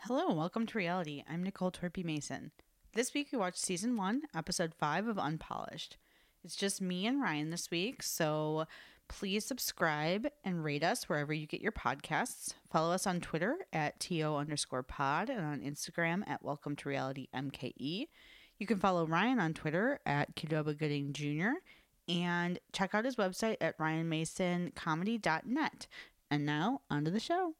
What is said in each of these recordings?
Hello and welcome to reality. I'm Nicole Torpy Mason. This week we watched season one, episode five of Unpolished. It's just me and Ryan this week, so please subscribe and rate us wherever you get your podcasts. Follow us on Twitter at TO underscore pod and on Instagram at Welcome to Reality MKE. You can follow Ryan on Twitter at Kidoba Gooding Jr. and check out his website at ryanmasoncomedy.net. And now, onto the show.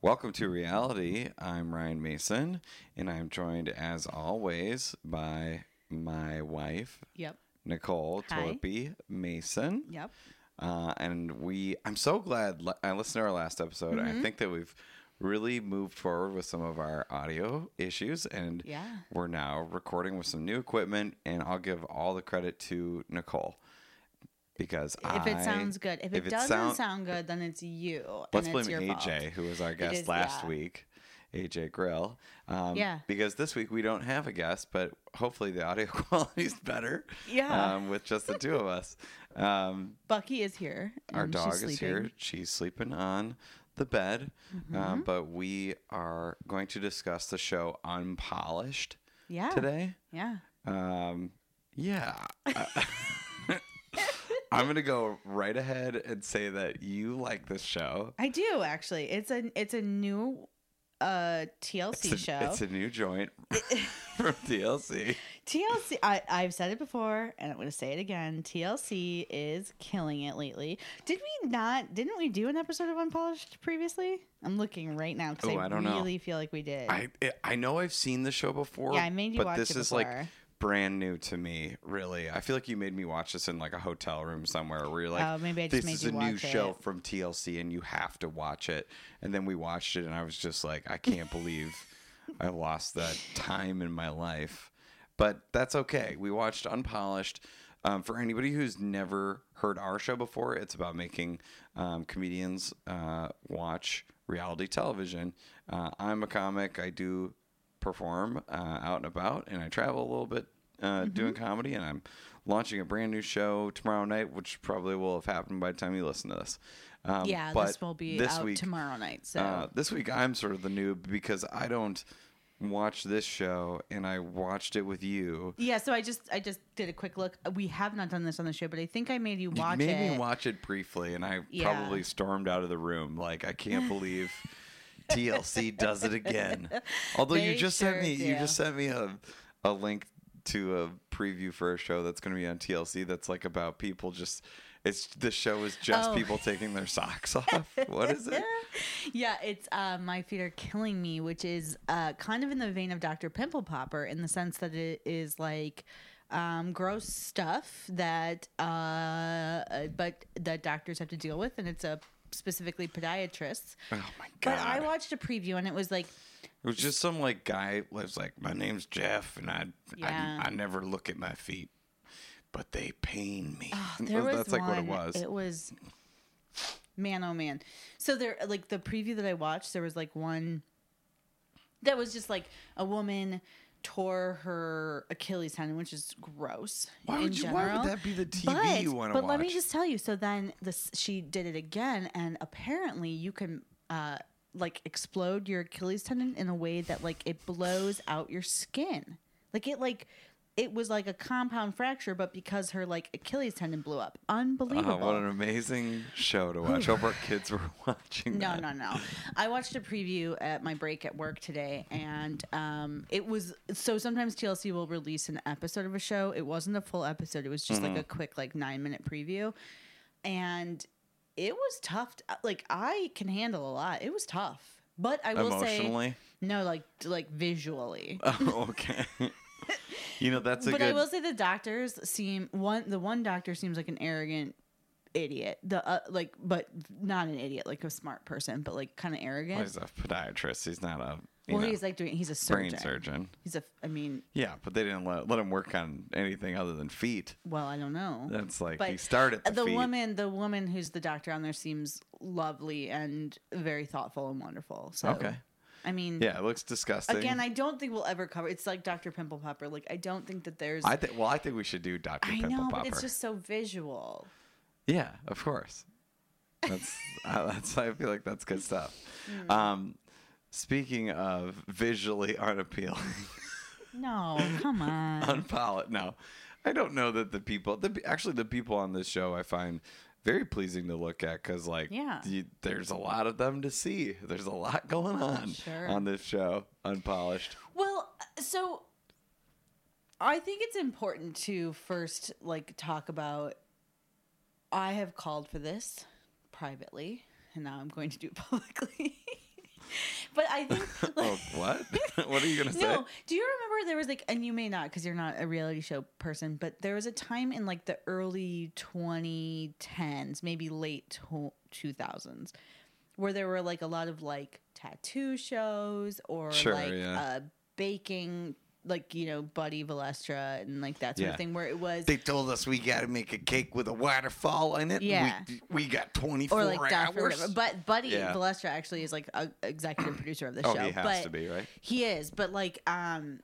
Welcome to reality. I'm Ryan Mason, and I'm joined as always by my wife, Yep. Nicole Hi. Torpy Mason. Yep. Uh, and we, I'm so glad li- I listened to our last episode. Mm-hmm. I think that we've really moved forward with some of our audio issues, and Yeah. we're now recording with some new equipment. And I'll give all the credit to Nicole because If I- it sounds good. If it if it doesn't sound- sound good, then it's you. Let's and blame it's your AJ, fault. who was our guest is- last yeah. week, AJ Grill. Um, Yeah. Because this week we don't have a guest, but hopefully the audio quality is better. Yeah. Um, with just the two of us. Um, Bucky is here. our and she's dog is here. sleeping. Mm-hmm. She's sleeping on the bed. Um, but we are going to discuss the show Unpolished Yeah. today. Yeah. Um, yeah. I'm going to go right ahead and say that you like this show. I do actually. It's a it's a new uh TLC it's a, show. It's a new joint from DLC. TLC I, I've said it before and I'm gonna say it again. TLC is killing it lately. Did we not didn't we do an episode of Unpolished previously? I'm looking right now because Ooh, I, I don't know. really feel like we did. I it, I know I've seen the show before. Yeah, I made you but watch this it is like before. brand new to me. Really, I feel like you made me watch this in like a hotel room somewhere where you're like, Oh, maybe I just "This made is you a new watch show it." from TLC, and you have to watch it." And then we watched it, and I was just like, "I can't believe I lost that time in my life." But that's okay. We watched Unpolished. Um, for anybody who's never heard our show before, it's about making um, comedians uh, watch reality television. Uh, I'm a comic. I do perform uh, out and about, and I travel a little bit uh, Mm-hmm. doing comedy. And I'm launching a brand new show tomorrow night, which probably will have happened by the time you listen to this. Um, yeah, but this will be this out week, tomorrow night. So uh, this week I'm sort of the noob because I don't watch this show, and I watched it with you. Yeah, so I just I just did a quick look. We have not done this on the show, but I think I made you You watch made it. me watch it briefly, and I Yeah. probably stormed out of the room. Like I can't believe TLC does it again. Although you They just sure sent me, you do. just sent me a a link to a preview for a show that's going to be on TLC. That's like about people just. It's the show is just Oh. people taking their socks off. What is it? yeah, it's uh, My Feet Are Killing Me, which is uh, kind of in the vein of Dr. Pimple Popper in the sense that it is like um, gross stuff that uh, uh, but that doctors have to deal with, and it's a specifically podiatrists. Oh my god! But I watched a preview and it was like It was just some like guy was like, "My name's Jeff, and I Yeah. I, I never look at my feet, but they pain me." Ah, there was That's like one, what it was. It was man, oh man. So there, like the preview that I watched, there was like one that was just like a woman tore her Achilles tendon, which is gross. Why in would you- why would general. that be the TV but, you wanna But let me watch? just tell you. So then this, she did it again, and apparently you can. uh like explode your Achilles tendon in a way that like it blows out your skin. Like it like it was like a compound fracture, but because her like Achilles tendon blew up. Unbelievable. Uh, what an amazing show to watch. Hope our kids were watching. No, that. no, no. I watched a preview at my break at work today, and um, it was so sometimes TLC will release an episode of a show. It wasn't a full episode, it was just Mm-hmm. like a quick, like nine minute preview. And it was tough. t- Like, I can handle a lot. It was tough. But I will say, Emotionally? no, like like visually. Oh, okay. you know that's a but good. I will say the doctors seem one. The one doctor seems like an arrogant idiot. The uh, like, but not an idiot, like a smart person, but like kind of Well, arrogant. he's a podiatrist. He's not a you Well, know, he's like doing. He's a surgeon. brain surgeon. He's a. I mean, Yeah, but they didn't let, let him work on anything other than feet. well, I don't know. That's like But he started the, the feet. woman, the woman who's the doctor on there seems lovely and very thoughtful and wonderful. So, Okay. I mean, Yeah, it looks disgusting. again, I don't think we'll ever cover. It's like Dr. Pimple Popper. Like I don't think that there's. I think. Well, I think we should do Doctor I Pimple know, Popper. but it's just so visual. Yeah, of course. That's uh, that's. I feel like that's good stuff. Mm. Um, speaking of visually unappealing, No, come on. unpolished. No, I don't know that the people. The actually the people on this show I find very pleasing to look at because like Yeah. you, there's a lot of them to see. There's a lot going on Sure. on this show. Unpolished. Well, so I think it's important to first like talk about I have called for this privately and now I'm going to do it publicly. but I think like, Oh, what? what are you gonna say? No, do you remember there was like, and you may not because you're not a reality show person, but there was a time in like the early 2010s, maybe late to- 2000s, where there were like a lot of like tattoo shows or Sure, like yeah. uh, baking, like, you know, Buddy Valestra and like that sort Yeah. of thing where it was. They told us we got to make a cake with a waterfall in it. Yeah. We, we got 24 or like Duff or hours. whatever. But Buddy Yeah. Valestra actually is like a executive producer of the oh, show. he has but to be, right? He is, but like, um,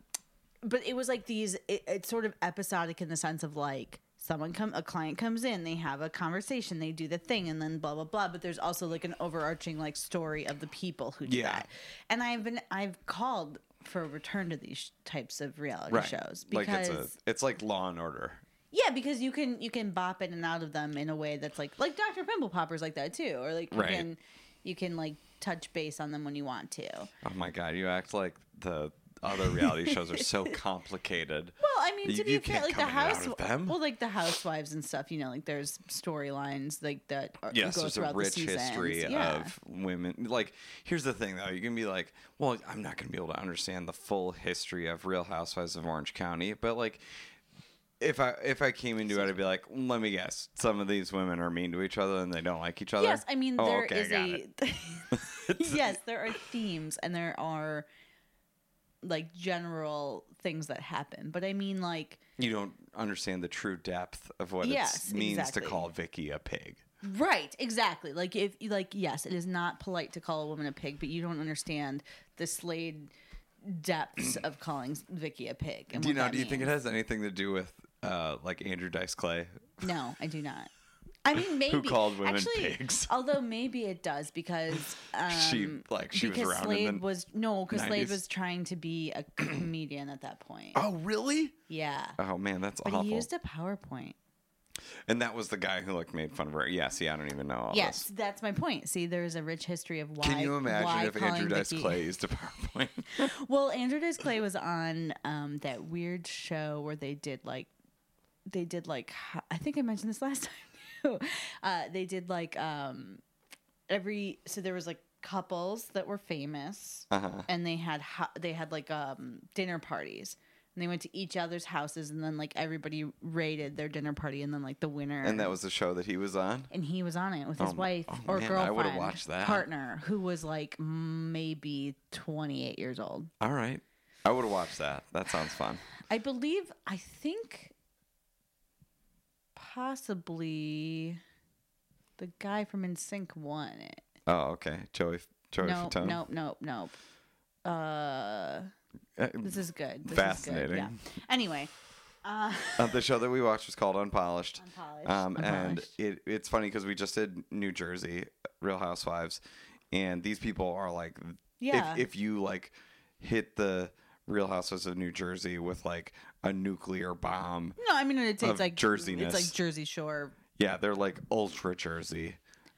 but it was like these. It, it's sort of episodic in the sense of like someone come, a client comes in, they have a conversation, they do the thing, and then blah blah blah. But there's also like an overarching like story of the people who do Yeah. that. And I've been, I've called for a return to these types of reality Right. shows like because it's, a, it's like Law and Order. yeah, because you can you can bop in and out of them in a way that's like like Dr. Pimple Popper's like that too, or like you Right. can you can like touch base on them when you want to. Well, Oh my God, you act like the other reality shows are so complicated. I mean, You- to be you fair, can't like the come in and out house, of them. well, like the housewives and stuff. You know, like there's storylines like that. Are, Yes, go there's a throughout the rich seasons. history Yeah. of women. Like, here's the thing though, you can be like, well, I'm not going to be able to understand the full history of Real Housewives of Orange County, but like, if I if I came into it, I'd be like, let me guess, some of these women are mean to each other and they don't like each other. Yes, I mean Oh, there okay, I is got a it. yes, there are themes and there are like general things that happen, but I mean like You don't understand the true depth of what Yes, it means exactly. to call Vicky a pig. Right, exactly. Like if like yes, it is not polite to call a woman a pig, but you don't understand the slayed depths of calling Vicky a pig. And Do you what know? that Do you think it means. has anything to do with uh, like Andrew Dice Clay? No, I do not. I mean, maybe called women Actually, pigs? Although maybe it does because um, She, like, she was because around in Slade the was no because Slade 90s. was trying to be a comedian at that point. Oh, really? Yeah, Oh man, that's but awful. he used a PowerPoint. and that was the guy who like made fun of her. Yeah. See, I don't even know all Yes, this. that's my point. See, there is a rich history of why. Can you why imagine if Andrew calling Dice Vicky- Clay used a PowerPoint? Well, Andrew Dice Clay was on um, that weird show where they did like, they did like, ho- I think I mentioned this last time. Too. Uh, they did like um, every so there was like couples that were famous, Uh-huh. and they had ho- they had like um, dinner parties. And they went to each other's houses, and then like everybody rated their dinner party, and then like the winner. And that was the show that he was on. and he was on it with his my- wife oh, or man, I girlfriend, would've watched that. partner, who was like maybe twenty eight years old. All right. I would have watched that. That sounds fun. I believe, I think, possibly the guy from NSYNC won it. Oh, okay. Joey, Joey No, Fatone. nope, nope, nope. Uh, Uh, this is good. This Is Fascinating. good. Yeah. Anyway, uh, uh, the show that we watched was called Unpolished. unpolished. Um, and Unpolished. it, it's funny because we just did New Jersey Real Housewives, and these people are like, Yeah. if, if you like hit the Real Housewives of New Jersey with like a nuclear bomb, no, I mean it's, of it's like Jerseyness. It's like Jersey Shore. yeah, they're like ultra Jersey.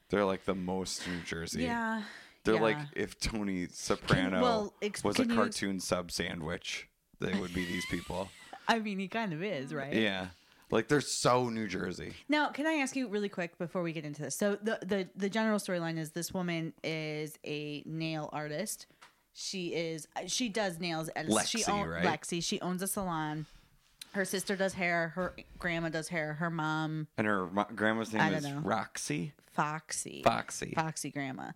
They're like the most New Jersey. Yeah. They're yeah. like if Tony Soprano well, ex- was a can you- cartoon sub sandwich, they would be these people. I mean, he kind of is, right? yeah. Like they're so New Jersey. Now, can I ask you really quick before we get into this? So the the, the general storyline is this woman is a nail artist. She is she does nails at a, she Lexi, right? Lexi. She owns a salon. Her sister does hair. Her grandma does hair. Her mom, And her mo- grandma's name I is don't know. Roxy. Foxy. Foxy. Foxy grandma.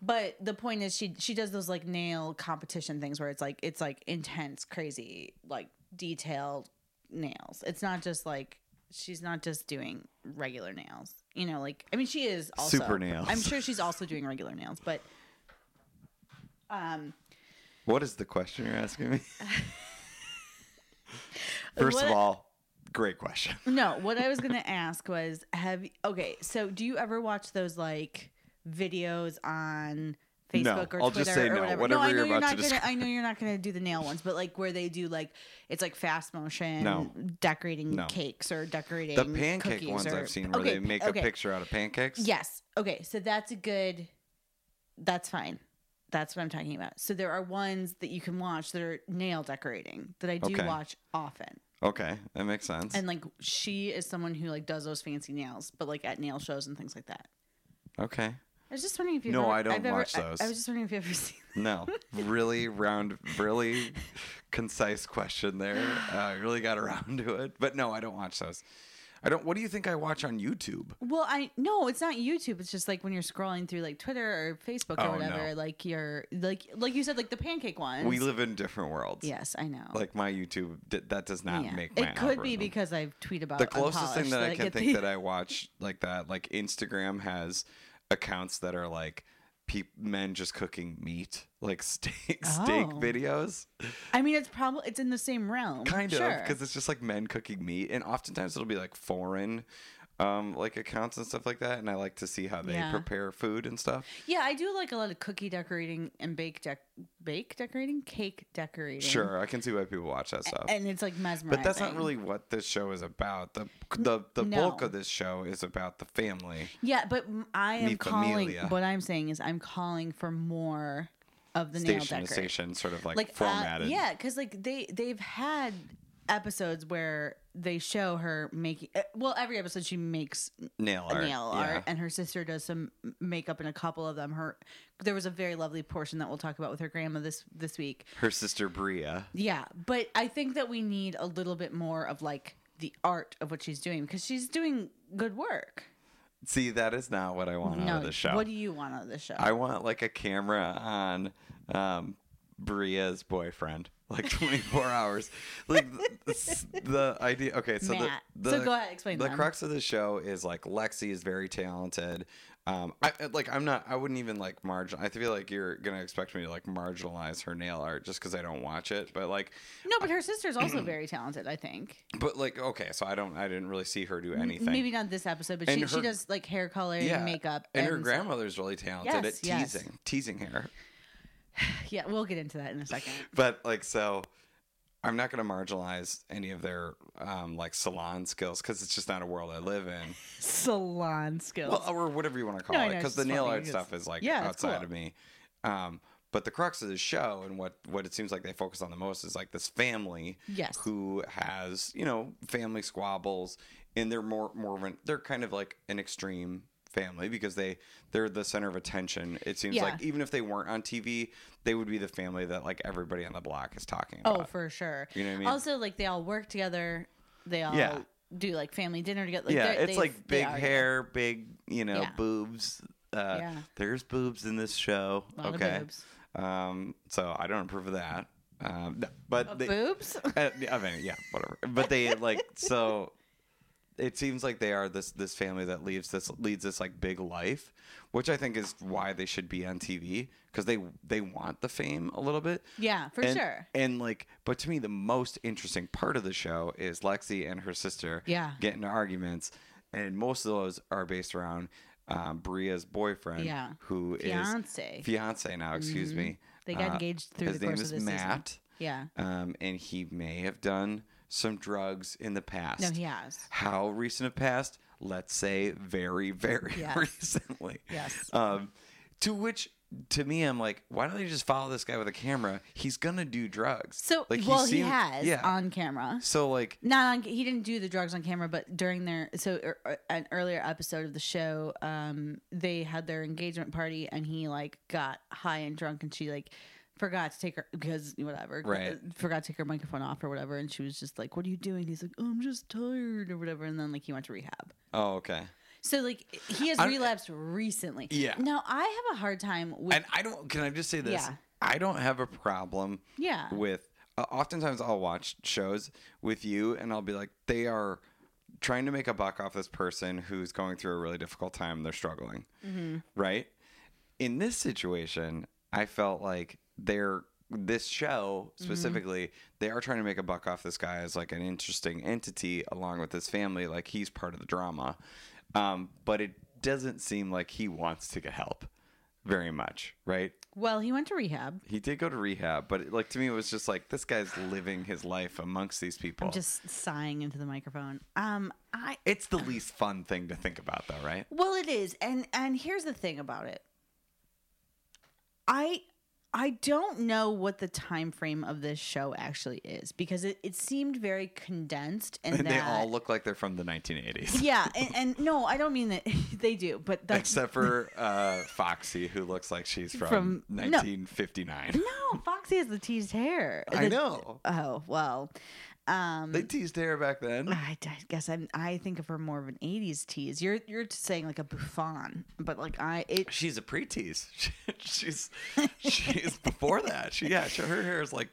But the point is, she she does those like nail competition things where it's like it's like intense, crazy, like detailed nails. It's not just like she's not just doing regular nails. You know, like I mean, she is also Super nails. I'm sure she's also doing regular nails, but um, What is the question you're asking me? First of What- all, great question. No, what I was gonna ask was have okay. So do you ever watch those like videos on No, Facebook or I'll Twitter just say or no, whatever? no, whatever I know you're are about not to gonna. describe. I know you're not gonna do the nail ones, but like where they do like it's like fast motion No. decorating No. cakes or decorating The pancake cookies ones or- I've seen where okay, they make okay. a picture out of pancakes. Yes. Okay. So that's a good. That's fine. That's what I'm talking about. So there are ones that you can watch that are nail decorating that I do Okay. watch often. Okay, that makes sense. And like she is someone who like does those fancy nails, but like at nail shows and things like that. okay. I was just wondering if you. No, ever, I don't I've ever- watch I- those. I, was just wondering if you ever seen. No, really round, really concise question there. Uh, I really got around to it, but no, I don't watch those. I don't. What do you think I watch on YouTube? Well, I no, it's not YouTube. It's just like when you're scrolling through like Twitter or Facebook or Oh, whatever. no. Like you're like like you said like the pancake ones. We live in different worlds. Yes, I know. Like my YouTube, d- that does not Yeah. make my. it could be algorithm. because I tweet about the closest thing Unpolished that I I can get think the- that I watch like that, like Instagram has accounts that are like peop men just cooking meat, like steak steak Oh. videos, I mean, it's probably it's in the same realm. kind of, 'cause sure. of, because it's just like men cooking meat, and oftentimes it'll be like foreign. Um, like accounts and stuff like that, and I like to see how they Yeah. prepare food and stuff. yeah, I do like a lot of cookie decorating and bake dec bake decorating, cake decorating. Sure, I can see why people watch that stuff, and it's like mesmerizing. but that's not really what this show is about. the the The bulk No. of this show is about the family. Yeah, but m- I am Mi calling. familia. What I'm saying is, I'm calling for more of the nail station decorating. to station, sort of like, like uh, formatted. yeah, because like they they've had episodes where they show her making. uh, Well, every episode she makes nail art. nail yeah. art, and her sister does some m- makeup in a couple of them. Her there was a very lovely portion that we'll talk about with her grandma this this week. Her sister Bria. Yeah, but I think that we need a little bit more of like the art of what she's doing because she's doing good work. See, that is not what I want out of the show. what do you want out of the show? I want like a camera on um, Bria's boyfriend, like 24 hours. Like th- s- the idea. Okay, so Matt. the, the So go ahead, explain The them. crux of the show is like Lexi is very talented. Um, I I- like. I'm not. I wouldn't even like margin. I feel like you're gonna expect me to like marginalize her nail art just because I don't watch it. But like, No, but her sister's also very talented, I think. but like, okay. So I don't. I didn't really see her do anything. Maybe not this episode, but And she, her- she does like hair color and makeup. And, her s- grandmother's really talented Yes, at yes. teasing, teasing her. Yeah, we'll get into that in a second. But like, so I'm not going to marginalize any of their um, like salon skills because it's just not a world I live in. Salon skills. Well, or whatever you want to call No, I it, know, it's because the just nail funny art because- stuff is like Yeah, it's outside cool. of me. Um, but the crux of the show and what what it seems like they focus on the most is like this family, Yes. who has you know family squabbles, and they're more more of an they're kind of like an extreme family because they they're the center of attention. It seems Yeah. like even if they weren't on TV, they would be the family that like everybody on the block is talking about. oh, for sure. You know what I mean? Also, like they all work together. They all Yeah. do like family dinner together. yeah, they're- it's they- like they big are- hair, big you know Yeah. boobs. Uh, Yeah. There's boobs in this show. A lot okay. of boobs. Um, so I don't approve of that. Um, th- but Of they, boobs? Uh, I mean, yeah, whatever. But they like so. It seems like they are this this family that leaves this leads this like big life, which I think is why they should be on TV because they they want the fame a little bit. yeah, for and, sure. And like, but to me, the most interesting part of the show is Lexi and her sister. Yeah. Get into arguments, and most of those are based around um, Bria's boyfriend. Yeah. who is Fiance. Mm-hmm. fiance now. Excuse me. They got Uh, engaged through his the name course is of this Matt, Yeah. um, and he may have done some drugs in the past. No, he has. How recent of past? Let's say very, very Yes. recently. Yes. Um, to which, to me, I'm like, why don't they just follow this guy with a camera? He's gonna do drugs. So, like, well, he seemed- has Yeah. on camera. so like, not on he didn't do the drugs on camera but during their so er, er, an earlier episode of the show um they had their engagement party and he like got high and drunk and she like forgot to take her because whatever uh, Right. forgot to take her microphone off or whatever and she was just like what are you doing he's like oh, i'm just tired or whatever and then like he went to rehab Oh, okay. so like he has I- relapsed recently Yeah. now i have a hard time with And I don't. Can I just say this? Yeah. I don't have a problem yeah with. Uh, oftentimes, I'll watch shows with you, and I'll be like, they are trying to make a buck off this person who's going through a really difficult time. They're struggling, right? In this situation, I felt like they're this show specifically they are trying to make a buck off this guy as like an interesting entity along with his family like he's part of the drama um, but it doesn't seem like he wants to get help very much right well he went to rehab he did go to rehab, but it, like to me, it was just like this guy's living his life amongst these people. i'm just sighing into the microphone um i it's the least fun thing to think about, though, right? Well, it is, and and here's the thing about it. I I don't know what the time frame of this show actually is because it, it seemed very condensed and, And that, they all look like they're from the 1980s, yeah, and, and no, I don't mean that they do, but that's except for uh, Foxy, who looks like she's from, From- no. 1959. no. Foxy has the teased hair. I The- know Oh well, um, they teased hair back then. I, I guess I'm. I think of her more of an '80s tease. You're you're saying like a buffon, but like I it She's a pre-tease. she's she's before that. She, yeah, she- her hair is like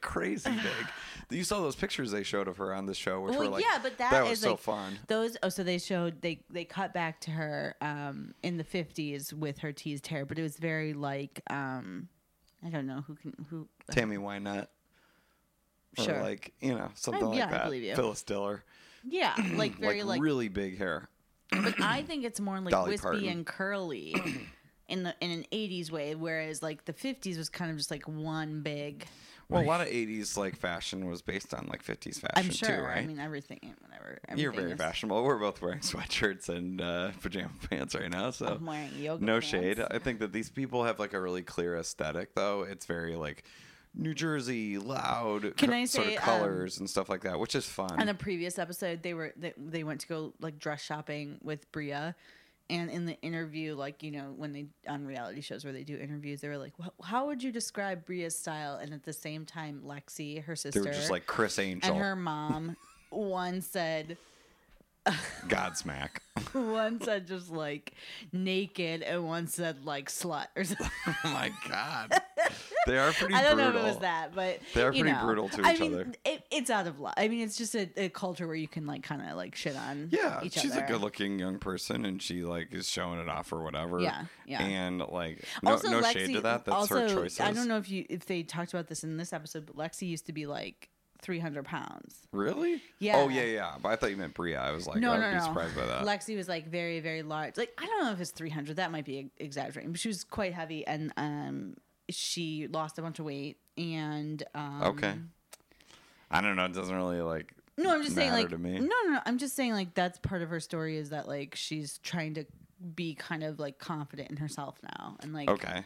crazy big. You saw those pictures they showed of her on the show, which were Well, like yeah, but that that was is, so like, fun. Those oh, so they showed they they cut back to her um in the fifties with her teased hair, but it was very like um I don't know who can who Tammy Wynette. Or Sure. like, you know, something I- like yeah, I that. believe you. Phyllis Diller. yeah like very like, really big hair. but I think it's more like Dolly wispy Parton. and curly in the in an eighties way, whereas like the fifties was kind of just like one big. Well, a lot of 80s like fashion was based on like 50s fashion I'm sure. too, right? I mean everything, whatever. You're everything very is- fashionable. We're both wearing sweatshirts and uh, pajama pants right now, so I'm wearing yoga. no Oh pants. shade. I think that these people have like a really clear aesthetic though. It's very like New Jersey, loud Can co- I sort say, of um, colors and stuff like that, which is fun. on a previous episode they were they, they went to go like dress shopping with bria and in the interview like you know when they on reality shows where they do interviews they were like "Wh- how would you describe bria's style and at the same time lexi her they sister were just like Chris Angel, and her mom one said Godsmack. one said just like naked and one said like slut or something oh my god. They are pretty I don't brutal. know if it was that, but They are you pretty know. brutal to I each mean, other. It, it's out of love. I mean, it's just a, a culture where you can like kind of like shit on. Yeah, each she's other. a good-looking young person, and she like is showing it off or whatever. Yeah, yeah. And like, no, no shade to that. That's her choices. I don't know if you if they talked about this in this episode, but Lexi used to be like 300 pounds. Really? Yeah. Oh yeah, yeah. But I thought you meant Bria. I was like, no, I would no, be no. surprised by that. Lexi was like very, very large. Like I don't know if it's 300. That might be ex- exaggerating. But she was quite heavy, and um, she lost a bunch of weight. And um, okay. I don't know. It doesn't really like. No, I'm just saying matter like to me. no, no, no. I'm just saying like that's part of her story is that like she's trying to be kind of like confident in herself now, and like Okay.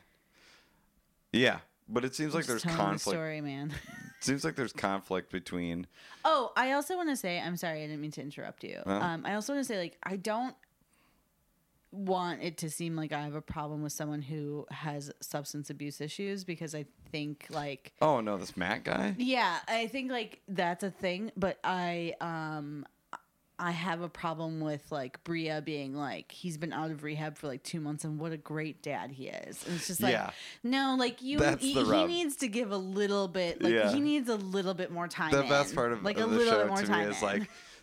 Yeah, but it seems like just there's telling the conflict. story, man. seems like there's conflict between. Oh, I also want to say, I'm sorry, I didn't mean to interrupt you. Um, I also want to say, like, I don't want it to seem like I have a problem with someone who has substance abuse issues because I think, like, Oh no, this Matt guy. yeah, I think like that's a thing, but I um I have a problem with like Bria being like he's been out of rehab for like 2 months and what a great dad he is. And it's just like Yeah. no, like you That's he, the he rub. needs to give a little bit like Yeah. he needs a little bit more time. the best in. part of, like a of the little show bit more to me time is in. like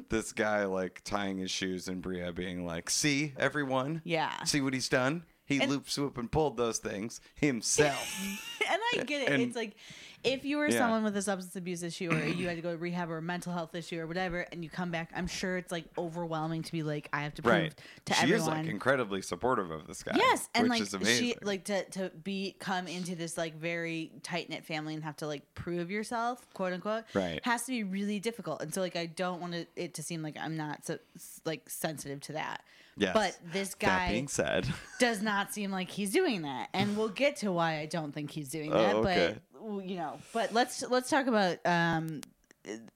this guy like tying his shoes and Bria being like, "See everyone, Yeah. see what he's done. He And- loop swoop and pulled those things himself." and I get it. And- it's like if you were Yeah. someone with a substance abuse issue or you had to go to rehab or a mental health issue or whatever, and you come back, I'm sure it's like overwhelming to be like, I have to prove right? to she everyone. is like incredibly supportive of this guy. Yes, and which like is amazing. she like to to be come into this like very tight knit family and have to like prove yourself, quote unquote, Right. has to be really difficult. And so like I don't want it, it to seem like I'm not so like sensitive to that. Yes. But this that guy being said, does not seem like he's doing that, and we'll get to why I don't think he's doing Oh, that. okay. But w- you know, but let's let's talk about um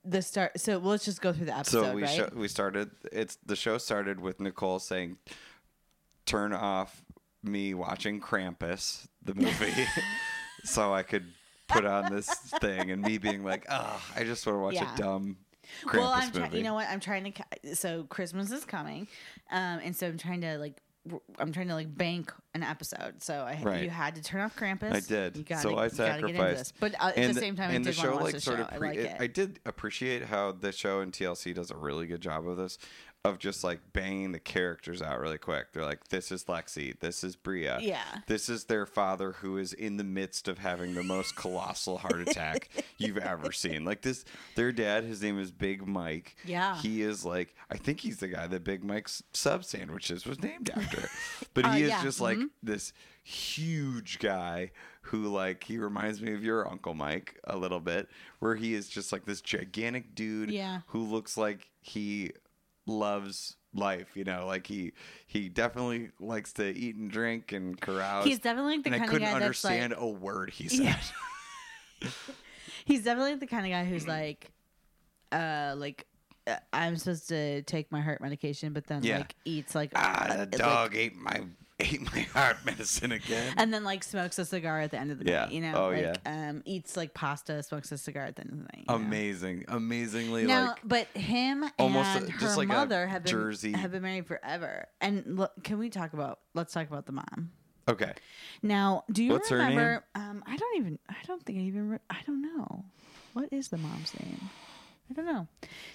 the start. So let's just go through the episode, so we right? sho- we started. It's the show started with Nicole saying, "Turn off me watching Krampus the movie, so I could put on this thing, and me being like, "Ah, I just want to watch Yeah. a dumb Krampus well, I'm movie." trying. You know what? I'm trying to. ca- So Christmas is coming, um, and so I'm trying to like. w- I'm trying to like bank an episode, so I Right. you had to turn off Krampus. I did. You gotta, so I you gotta get into this. sacrificed. But uh, at And the same time, I and did the want to show watch like the sort show. of I pre- like it- it. I did appreciate how the show and TLC does a really good job of this, of just like banging the characters out really quick. They're like, this is Lexi, this is Bria, Yeah. this is their father who is in the midst of having the most colossal heart attack you've ever seen. Like this, their dad, his name is Big Mike. Yeah. he is like, I think he's the guy that Big Mike's sub sandwiches was named after, but he is Uh, yeah. Mm-hmm. just like this huge guy who like he reminds me of your uncle Mike a little bit where he is just like this gigantic dude Yeah. who looks like he loves life you know like he he definitely likes to eat and drink and carouse He's definitely like the and I kind of couldn't guy understand that's a word he said Yeah. like he's definitely the kind of guy Mm-hmm. who's like, uh, like uh, I'm supposed to take my heart medication, but then Yeah. like eats like ah uh, the like- Uh, dog ate my ate my heart medicine again and then like smokes a cigar at the end of the Yeah. night. You know, Oh, like yeah. um, eats like pasta, smokes a cigar at the end of the night. you know? amazing amazingly No, like but him almost and a- her just like a mother have been Jersey- have been married forever. And look, can we talk about? Let's talk about the mom. okay Now, do you What's her name? remember? Um, I don't even. I don't think I even. Re- I don't know. What is the mom's name? I don't know.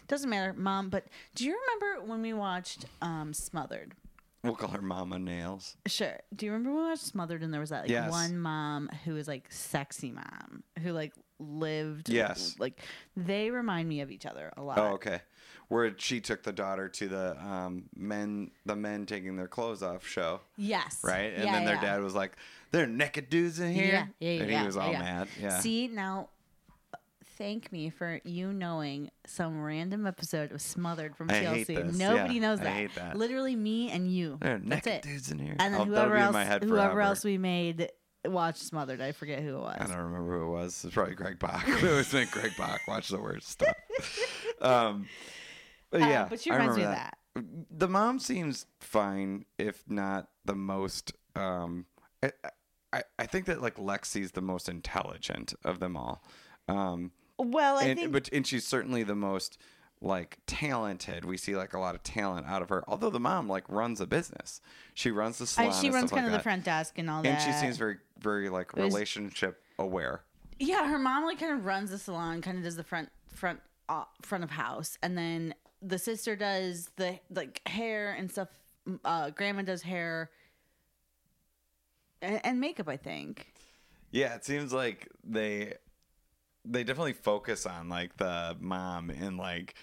Doesn't matter, mom. But do you remember when we watched um, Smothered? we'll call her mama nails Sure. Do you remember when we watched Smothered and there was that like Yes. one mom who was like sexy mom who like lived Yes. like they remind me of each other a lot. Oh, okay. Where she took the daughter to the um, men, the men taking their clothes off show, Yes. right? And Yeah, then their yeah. dad was like, "They're naked dudes in here," Yeah, yeah, yeah. and yeah, he was all yeah. mad. Yeah. See now, thank me for you knowing some random episode of Smothered from I TLC. hate this. Nobody Yeah, knows I that. hate that. Literally, me and you. They're That's naked it. dudes in here. And then I'll- that'll whoever be in else, my head whoever forever. else we made watch Smothered. I forget who it I was. don't remember who it was. It's probably Greg Bach. we always think Greg Bach. Watch the worst stuff. um, but Uh, yeah, but she I reminds remember me of that. the mom seems fine, if not the most. Um, I, I, I think that like Lexi's the most intelligent of them all. Um, Well, I and think but and she's certainly the most like talented. We see like a lot of talent out of her. Although the mom like runs a business, she runs the salon. I, she and runs stuff kind of the like that. front desk and all and that. she seems very very like was- relationship aware. Yeah, her mom like kind of runs the salon, kind of does the front front uh, front of house, and then the sister does the like hair and stuff. M- Uh, grandma does hair and, and makeup, I think. Yeah, it seems like they they definitely focus on like the mom and like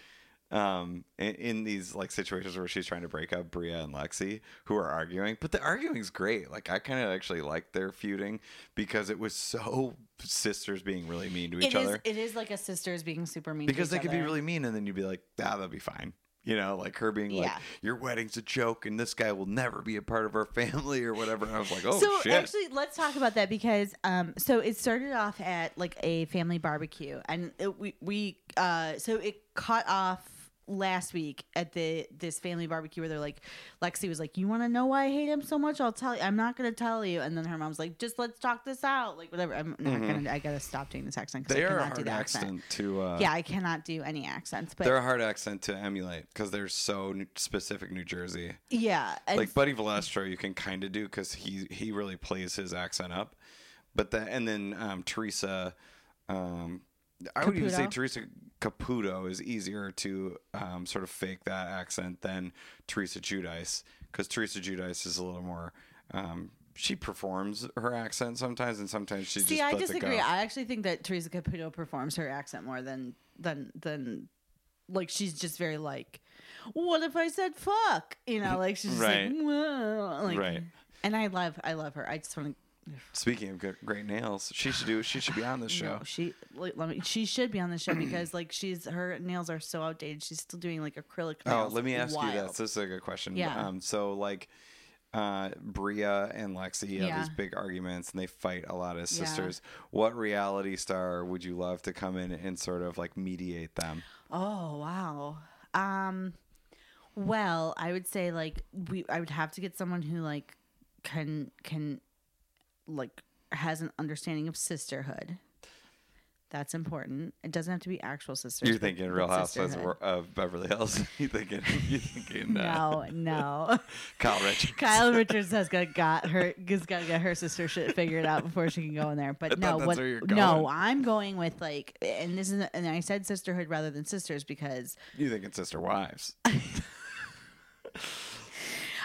um in, in these like situations where she's trying to break up Bria and Lexi who are arguing but the arguing's great like I kind of actually liked their feuding because it was so sisters being really mean to each It is other it is like a sister's being super mean to because they each could be other. really mean and then you'd be like ah that'll be fine you know like her being like Yeah. your wedding's a joke and this guy will never be a part of our family or whatever and I was like oh so shit actually let's talk about that because um so it started off at like a family barbecue and it, we we uh so it cut off last week at the this family barbecue where they're like lexi was like you want to know why i hate him so much i'll tell you i'm not gonna tell you and then her mom's like just let's talk this out like whatever i'm not gonna i gotta stop doing this accent because i Mm-hmm. they are cannot a do hard the accent, accent to uh, yeah i cannot do any accents but They're a hard accent to emulate because they're so n- specific New Jersey. yeah and Like Buddy Valestro, you can kind of do because he he really plays his accent up. But that and then um, Teresa, um, I would even say Caputo? Teresa Caputo is easier to um, sort of fake that accent than Teresa Judice because Teresa Judice is a little more. Um, she performs her accent sometimes, and sometimes she See, just I lets it disagree. go. I actually think that Teresa Caputo performs her accent more than than than like she's just very like, what if I said fuck? You know, like she's just Right. like, Whoa. like Right. And I love, I love her. I just want to. Speaking of good, great nails, she should do. She should be on this show. No, she like, let me. She should be on the show because like she's her nails are so outdated. She's still doing like acrylic Oh, nails. let me ask you Wild. this. This is a good question. Yeah. Um, so like uh Bria and Lexi have Yeah. these big arguments and they fight a lot as Yeah. sisters. What reality star would you love to come in and sort of like mediate them? Oh wow. Um well, I would say like we I would have to get someone who like can can like has an understanding of sisterhood. That's important. It doesn't have to be actual sisters. You're but- thinking but Real Housewives sisterhood. of of Beverly Hills. you thinking you thinking uh, No, no. Kyle Richards. Kyle Richards has got, got her has got to get her sister shit figured out before she can go in there. I But thought no, that's what, where you're no, going. I'm going with like, and this is, and I said sisterhood rather than sisters because You thinking Sister Wives?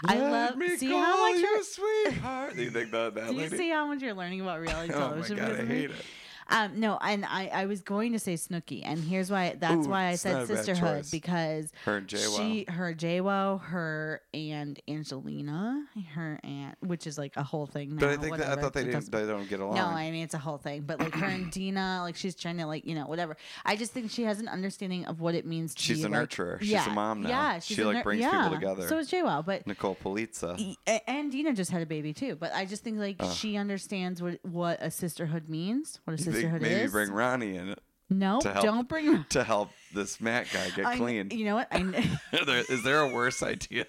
I Let love. me See call how much you you're, sweetheart. You think that that do you lady? see how much you're learning about reality oh my television? god, I because of me? hate it. Um, no, and I, I was going to say Snooki, and here's why. That's Ooh, why I it's said not a bad sisterhood choice. because Her and Jay she, her JWo, her and Angelina, her aunt, which is like a whole thing. But I now, think that, I whatever, thought they it didn't. doesn't- They don't get along. No, I mean it's a whole thing, but like her and Dina, like she's trying to like you know whatever. I just think she has an understanding of what it means to She's be a like- nurturer. She's a mom now. Yeah, she's She, a like, nur- brings people yeah. together. So is JWoww, but Nicole Polizza. E- a- and Dina just had a baby too. But I just think like she understands what what a sisterhood means, what a You think sisterhood maybe is. bring Ronnie in no, to help. don't bring. to help this Matt guy get I- clean. You know what? I, kn- There- Is there a worse idea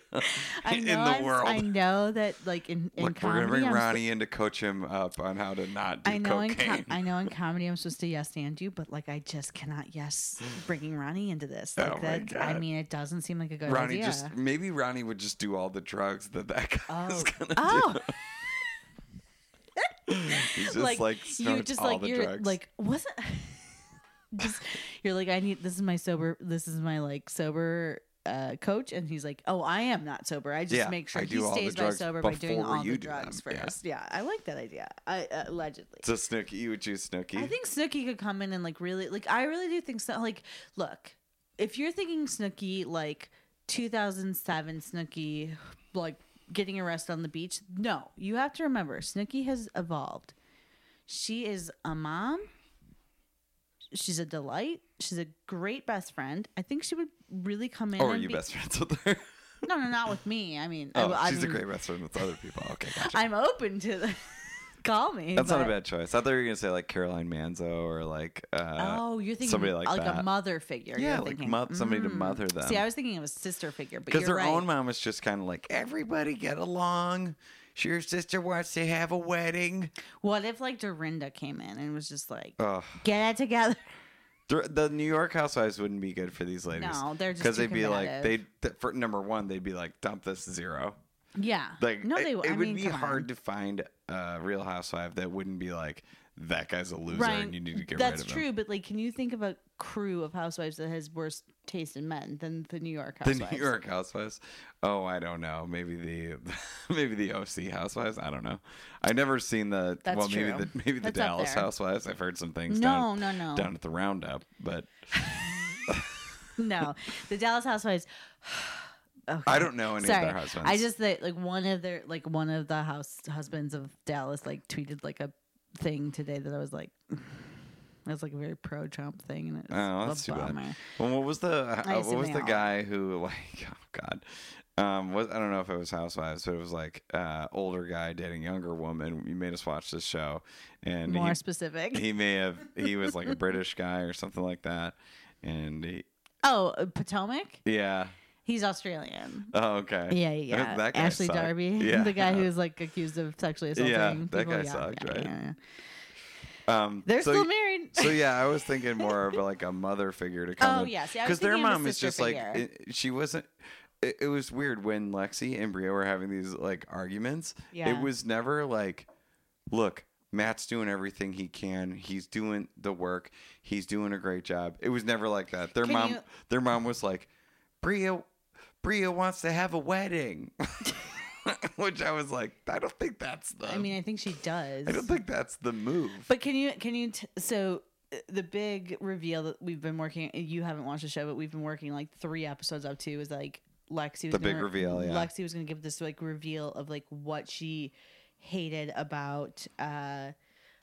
I in know the I'm- world? I know that like in, in Look, we're comedy, gonna bring I'm s- Ronnie in to coach him up on how to not do I know in cocaine. com- I know in comedy I'm supposed to yes and you, but like I just cannot yes bringing Ronnie into this. Like Oh my that, I God. mean, it doesn't seem like a good Ronnie idea. just maybe Ronnie would just do all the drugs that that guy oh, is gonna oh, do. He's just like, you snorts just all like the you're drugs. like wasn't just you're like I need this is my sober this is my like sober uh, coach and he's like oh I am not sober I just Yeah, make sure I he do all the stays by drugs sober by doing before all the you do drugs them, yeah. first yeah. I like that idea I uh, allegedly so Snooki, you would choose Snooki. I think Snooki could come in and like really like I really do think so. Like, look, if you're thinking Snooki like 2007 Snooki, like getting arrested on the beach, no, you have to remember Snooki has evolved. She is a mom. She's a delight. She's a great best friend. I think she would really come in. or Oh, are and you be- best friends with her? No, no, not with me. I mean, I- Oh, I, she's mean, a great best friend with other people. Okay, gotcha. I'm open to the. call me. That's not but- a bad choice. I thought you were gonna say like Caroline Manzo or like uh, oh, you're thinking somebody like like, a that. mother figure. yeah, you're like thinking. mo- somebody to Mm. mother them. See, I was thinking of a sister figure, but because you're their right. own mom was just kind of like everybody get along. Your sister wants to have a wedding. what if like Dorinda came in and was just like, Ugh. "Get it together"? The the New York housewives wouldn't be good for these ladies. No, they're just because too they'd be like combative. they th- for number one they'd be like dump this zero. Yeah. Like no, it- they. It, I would mean, be come on. hard to find a Real Housewife that wouldn't be like that guy's a loser Ryan, and you need to get That's rid of true, him. but like, can you think of a crew of housewives that has worse taste in men than the New York The housewives? New York Housewives. Oh, I don't know. Maybe the maybe the OC Housewives. I don't know. I've never seen the That's well maybe true. the maybe the That's up Dallas there. Housewives. I've heard some things No, down no, no, down at the roundup, but no. The Dallas housewives. Okay. I don't know any Sorry, of their husbands. I just that like one of their like one of the house husbands of Dallas like tweeted like a thing today that I was like, that's like a very pro Trump thing, and it's Oh, that's a too bad. bummer. Well, what was the uh, assume what was they the all- guy who like oh god, um, was I don't know if it was Housewives, but it was like uh, older guy dating younger woman. You made us watch this show, and More he, specific. he may have he was like a British guy or something like that, and he, oh, uh, Potomac. yeah, He's Australian. oh okay, Yeah, yeah. yeah. that guy Ashley sucked. Darby, Yeah. the guy who's like accused of sexually assaulting Yeah, people. that guy yeah, sucked, yeah, right? yeah, yeah. Um, They're so, still married. so yeah, I was thinking more of like a mother figure to come. Oh, in. yeah, see, I was because their thinking of a mom is sister just like figure. it- she wasn't. It, it was weird when Lexi and Bria were having these like arguments. Yeah. It was never like, look, Matt's doing everything he can. He's doing the work. He's doing a great job. It was never like that. Their Can mom, you- their mom was like, Bria, Bria wants to have a wedding, which I was like, I don't think that's the. I I, mean, I think she does. don't think that's the move. But can you can you t- so uh, the big reveal that we've been working you haven't watched the show but we've been working like 3 episodes up to is like Lexi was The big gonna- reveal, yeah. Lexi was going to give this like reveal of like what she hated about uh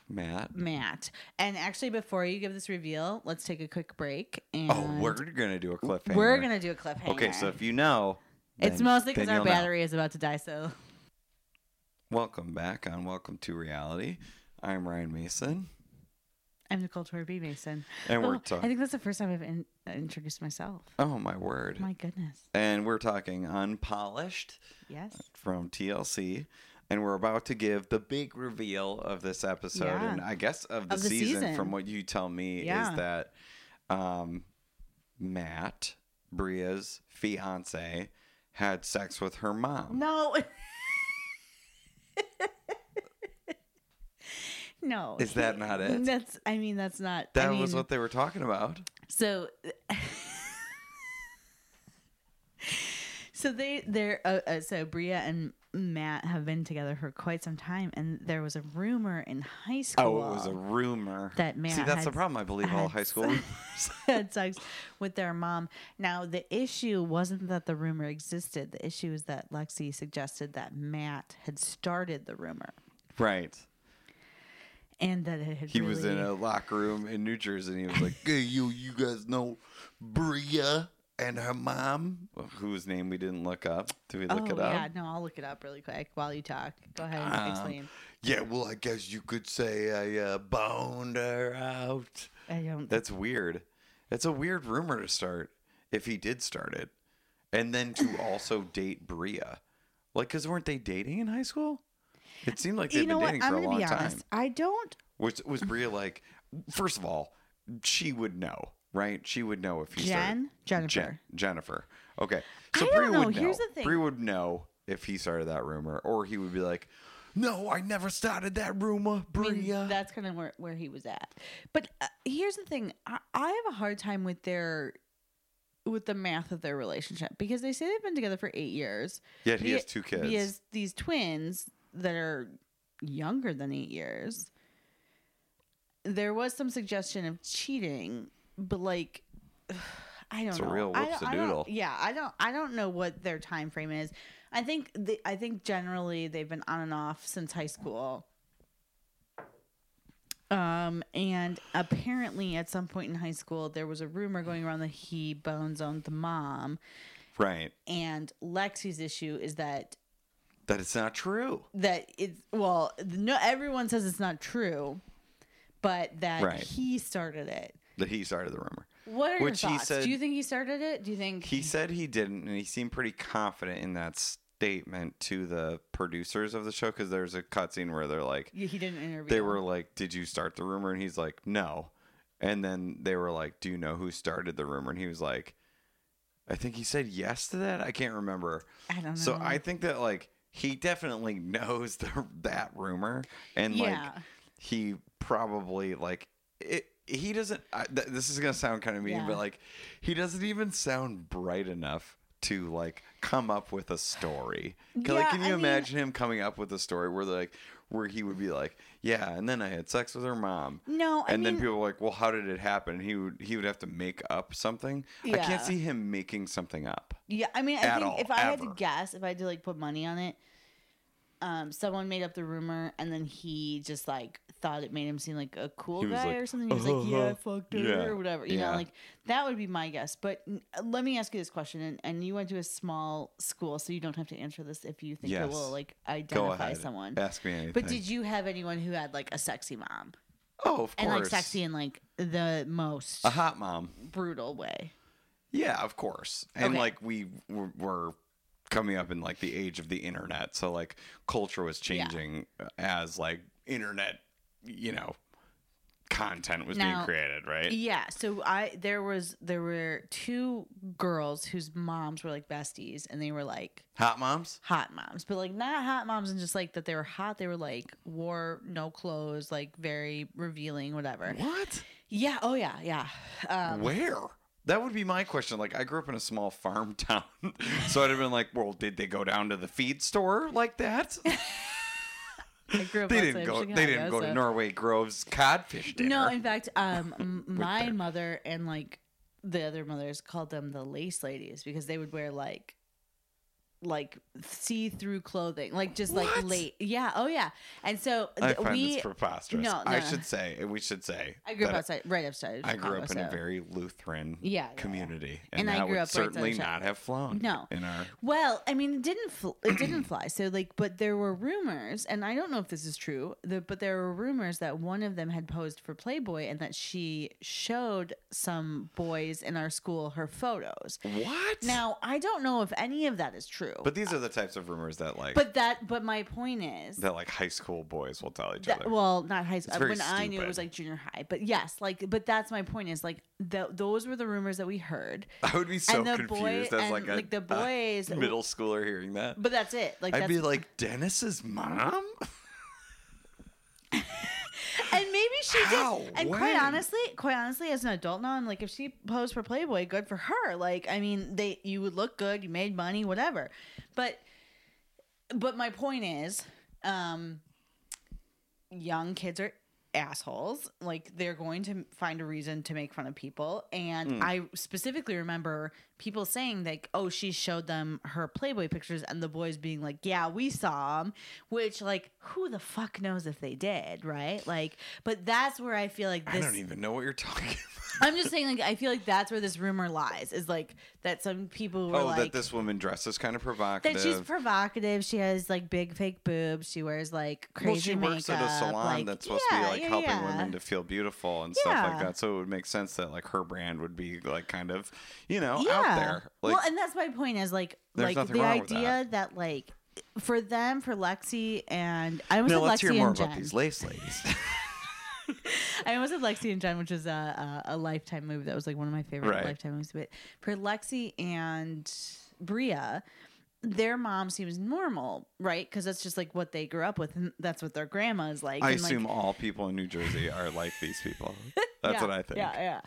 Matt. Matt. And actually before you give this reveal, let's take a quick break and Oh, we're gonna do a cliffhanger. we're going to do a cliffhanger. Okay, so if you know, it's then- mostly because then our you'll know. battery is about to die. So Welcome back on Welcome to Reality. I'm Ryan Mason, I'm Nicole Torby Mason. and Oh, we're I talking. think that's the first time I've in- uh, introduced myself. Oh my word! My goodness. And we're talking unpolished Yes. from TLC. and we're about to give the big reveal of this episode, Yeah. and I guess of the, Of the season, season. From what you tell me, Yeah. is that um, Matt Bria's fiance had sex with her mom. No. no. Is that he- not it? That's. I mean, that's not. That I mean, was what they were talking about. So. so they they're uh, uh, so Bria and Matt have been together for quite some time, and there was a rumor in high school. Oh, it was a rumor. That See, Matt that's the had- problem. I believe all had high school. sex- had sex with their mom. Now the issue wasn't that the rumor existed. The issue is that Lexi suggested that Matt had started the rumor right. and that it had He was in really- a locker room in New Jersey and he was like, hey, you, you guys know Bria and her mom, whose name we didn't look up. Did we look oh it up? yeah, no, I'll look it up really quick while you talk. Go ahead and Um, explain. Yeah, well, I guess you could say I uh, boned her out. I don't. That's weird. That's a weird rumor to start if he did start it. And then to also date Bria. Like, because weren't they dating in high school? It seemed like you they've know been what? dating I'm for a gonna long be time. honest. I don't. Was, was Bria like, first of all, she would know, right? She would know if he started. Jen, Jennifer. Jen, Jennifer. Okay. So I Bria don't know. would know. Here's the thing. Bria would know if he started that rumor, or he would be like, no, I never started that rumor, I mean, Bria. that's kind of where, where he was at. But uh, here's the thing: I, I have a hard time with their with the math of their relationship because they say they've been together for eight years. Yet But he has two kids. He has these twins that are younger than eight years. There was some suggestion of cheating, but like, I don't It's a know. real I don't- I don't- whoops-a-doodle. Yeah, I don't. I don't know what their time frame is. I think. The, I think generally they've been on and off since high school. Um, and apparently at some point in high school, there was a rumor going around that he bone zoned the mom. Right. And Lexi's issue is that That it's not true. that it's well no everyone says it's not true but that Right. he started it That he started the rumor. what are Which he your thoughts said- do you think he started it do you think He said he didn't, and he seemed pretty confident in that statement to the producers of the show because there's a cutscene where they're like, Yeah, he didn't interview they were like, "Did you start the rumor?" And he's like, "No." And then they were like, "Do you know who started the rumor?" And he was like, "I think he said yes to that. I can't remember." i don't know So I think that like he definitely knows the, that rumor, and Yeah. like he probably like it. He doesn't. I, th- this is gonna sound kind of mean, Yeah. but like he doesn't even sound bright enough to like come up with a story. Can, like, Yeah, can you I mean- imagine him coming up with a story where like where he would be like, yeah, and then I had sex with her mom. no i And mean then people were like, "Well, how did it happen?" He would he would have to make up something. I Yeah. can't see him making something up. yeah i mean i at think all, if i had ever. to guess if i had to like put money on it um someone made up the rumor and then he just like thought it made him seem like a cool He was guy like, or something he was like yeah i "Uh-huh, fucked her yeah, or whatever you yeah. know like that would be my guess but n- let me ask you this question and, and you went to a small school so you don't have to answer this if you think it Yes. will like Go identify ahead, someone Ask me anything. but did you have anyone who had like a sexy mom Oh, of course. Uh-huh. and like sexy in like the most A hot mom. brutal way Yeah, of course. And Okay. like we were, were coming up in like the age of the internet, so like culture was changing uh, as like internet, you know, content was being Now- created, right? Yeah, so I there was there were two girls whose moms were like besties and they were like Hot moms. hot moms, but like not hot moms and just like that they were hot, they were like wore no clothes, like very revealing whatever. What? Yeah, oh yeah, yeah. Um, Where? That would be my question. Like, I grew up in a small farm town, so I'd have been like, "Well, did they go down to the feed store like that? I grew up They outside didn't of go. Chicago, They didn't go to so- Norway Grove's codfish dinner." No, in fact, um, m- my their- mother and like the other mothers called them the lace ladies because they would wear like like see-through clothing, like just What? like late. Yeah, oh yeah. And so I th- find we, this preposterous. No, I no, no. should say, and we should say, I grew up that outside, right outside. of I grew Chicago, up in a so- very Lutheran Yeah, yeah, community, And I that grew up would right outside of certainly Chi- not have flown. No. in our Well, I mean, it didn't fl- it didn't fly. So like, but there were rumors, and I don't know if this is true. The, but there were rumors that one of them had posed for Playboy, and that she showed some boys in our school her photos. what? Now, I don't know if any of that is true true. But these are the types of rumors that like But that but my point is that like high school boys will tell each that, other. well, not high school. very When I knew it was stupid. like junior high, but yes, like, but that's my point is like th- those were the rumors that we heard, I would be so and the confused boy as and like a, like the a uh, boys, middle schooler hearing that. but that's it. Like, I'd that's, be like Dennis's mom. and maybe she did. How? And quite When? honestly, quite honestly, as an adult now, I'm like, if she posed for Playboy, good for her. Like, I mean, they you would look good, you made money, whatever. But, but my point is, um, young kids are assholes. Like, they're going to find a reason to make fun of people. And Hmm. I specifically remember people saying like, "Oh, she showed them her Playboy pictures," and the boys being like, "Yeah, we saw them." Which, like, who the fuck knows if they did, right? Like, but that's where I feel like I this. don't even know what you're talking about. I'm just saying, like, I feel like that's where this rumor lies is like that some people were Oh, like that this woman dresses kind of provocative. that she's provocative. She has like big fake boobs. She wears like well, crazy she works makeup. at a salon like- that's supposed Yeah, to be like yeah, helping yeah. women to feel beautiful and stuff like Yeah. that. So it would make sense that like her brand would be like kind of, you know, yeah. out there. Like well, and that's my point is like There's like nothing the wrong with idea that. like for them for Lexi and I almost now said let's Lexi hear more and Jen. about these lace ladies. I almost said Lexi and Jen, which is a, a a lifetime movie that was like one of my favorite Right. lifetime movies. But for Lexi and Bria, their mom seems normal, right? Because that's just like what they grew up with, and that's what their grandma is like. I and, like, assume all people in New Jersey are like these people. That's yeah, what I think. Yeah, yeah.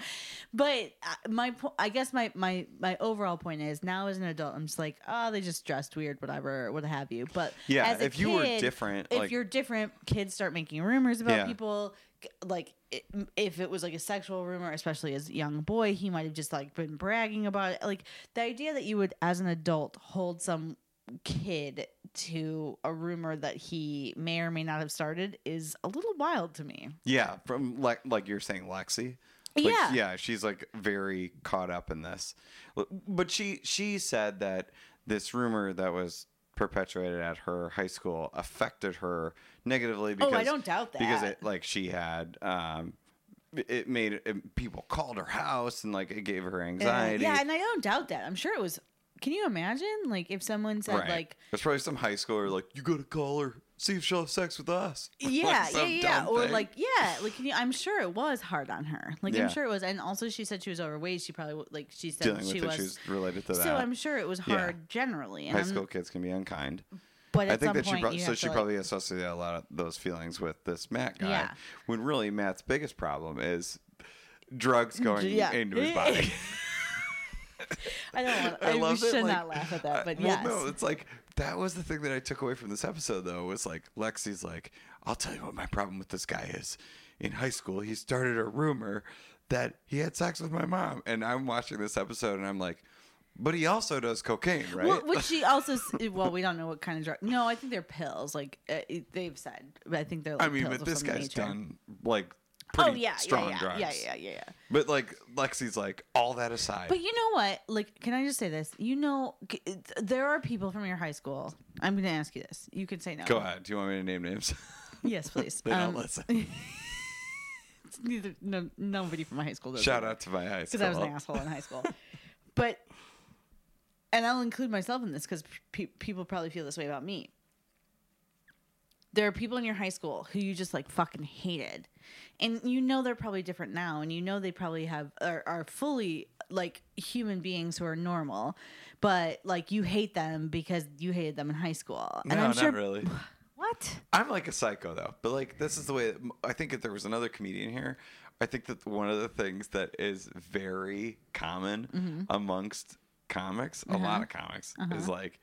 But uh, my, po- I guess my my my overall point is now as an adult, I'm just like, oh, they just dressed weird, whatever, what have you. But Yeah, as a if you were kid, different, if like- you're different, kids start making rumors about Yeah. people. G- Like i- if it was like a sexual rumor, especially as a young boy, he might have just like been bragging about it. Like the idea that you would, as an adult, hold some kid to a rumor that he may or may not have started is a little wild to me. Yeah, from like like you're saying, Lexi. Like, Yeah. yeah, she's like very caught up in this, but she she said that this rumor that was perpetuated at her high school affected her negatively because Oh, don't doubt because that. it like she had um it made it, people called her house and like it gave her anxiety. Yeah, and I don't doubt that. I'm sure it was. Can you imagine, like, if someone said, right. like, there's probably some high schooler like you gotta call her see if she'll have sex with us. Like, yeah, yeah, some yeah, dumb or thing. like, yeah, like, can you, I'm sure it was hard on her. Like, Yeah. I'm sure it was, and also she said she was overweight. She probably w- like she said dealing with she was. issues related to that. so I'm sure it was Yeah. hard generally. And high I'm- school kids can be unkind. but at I think some that point, she probably you so have she to, like- probably associated a lot of those feelings with this Matt guy. Yeah. When really Matt's biggest problem is drugs going yeah. into his body. I don't want. I I, love we it, should like- not laugh at that, but well, yes, no, it's like that was the thing that I took away from this episode though was like Lexi's like, I'll tell you what my problem with this guy is. In high school, he started a rumor that he had sex with my mom, and I'm watching this episode and I'm like, but he also does cocaine, right? Well, which she also s- well, we don't know what kind of drug. No, I think they're pills. Like uh, it- they've said, but I think they're. Like, I mean, pills but of this some guy's nature. done like Oh pretty yeah, strong yeah, yeah, drugs. yeah, yeah, yeah, yeah. But like Lexi's like all that aside. But you know what? Like, can I just say this? You know, c- there are people from your high school. I'm going to ask you this. You can say no. Go ahead. Do you want me to name names? Yes, please. They don't Um, listen. it's neither, no, nobody from my high school does. Shout out to my high school. Because I was an asshole in high school. but, and I'll include myself in this because pe- people probably feel this way about me. There are people in your high school who you just like fucking hated. And you know they're probably different now. And you know they probably have, are, are fully like human beings who are normal. But like you hate them because you hated them in high school. And No, I'm not sure. really. What? I'm like a psycho though, but like this is the way. I think if there was another comedian here, I think that one of the things that is very common Mm-hmm. amongst comics, a lot of comics, Uh-huh. is like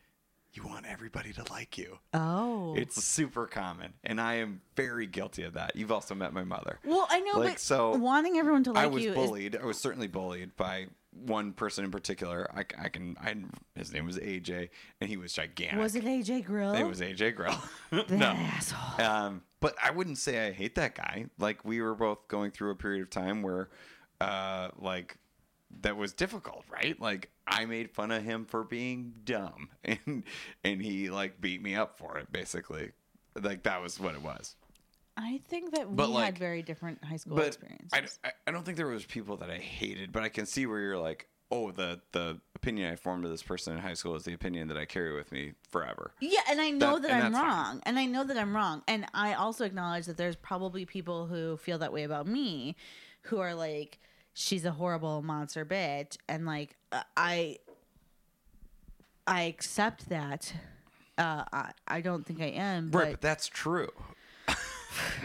you want everybody to like you. Oh. It's super common, and I am very guilty of that. You've also met my mother. well, I know, like, but so wanting everyone to like I was you is bullied. I was certainly bullied by one person in particular. I, I can. I, his name was AJ, and he was gigantic. Was it AJ Grill? It was AJ Grill. That no. asshole. Um, but I wouldn't say I hate that guy. Like we were both going through a period of time where, uh, like that was difficult, right? Like I made fun of him for being dumb, and and he like beat me up for it, basically. Like that was what it was. I think that we But, like- had very different high school but experiences. I, I- I don't think there was people that I hated, but I can see where you're like, oh, the the opinion I formed of this person in high school is the opinion that I carry with me forever. Yeah, and I know That- that, and I'm that's fine. wrong. And I know that I'm wrong. And I also acknowledge that there's probably people who feel that way about me who are like, she's a horrible monster bitch. And like, uh, I. I accept that. Uh, I, I don't think I am, Right, but but that's true.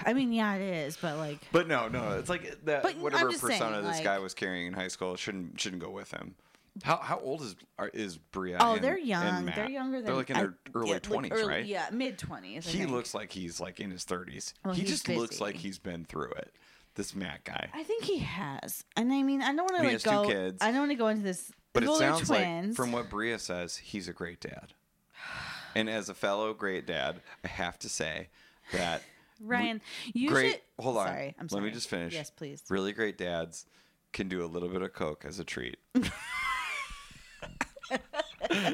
I mean, yeah, it is. But like, But no, no, it's like that But I'm whatever just persona saying, this like- guy was carrying in high school shouldn't shouldn't go with him. How how old is are, is Bria? oh, and- they're and young. Matt? They're younger than They're like in I- their yeah, early like twenties, early- right? Yeah, mid twenties. He looks like he's like in his thirties. Well, he he's just looks busy. like he's been through it. This Matt guy. I think he has, and I mean, I don't want He to like has two go. kids. I don't want to go into this. But it well, they're sounds like twins. from what Bria says, he's a great dad. And as a fellow great dad, I have to say that Ryan, you great should. hold on. Sorry, I'm sorry. Let me just finish. Yes, please. Really great dads can do a little bit of coke as a treat.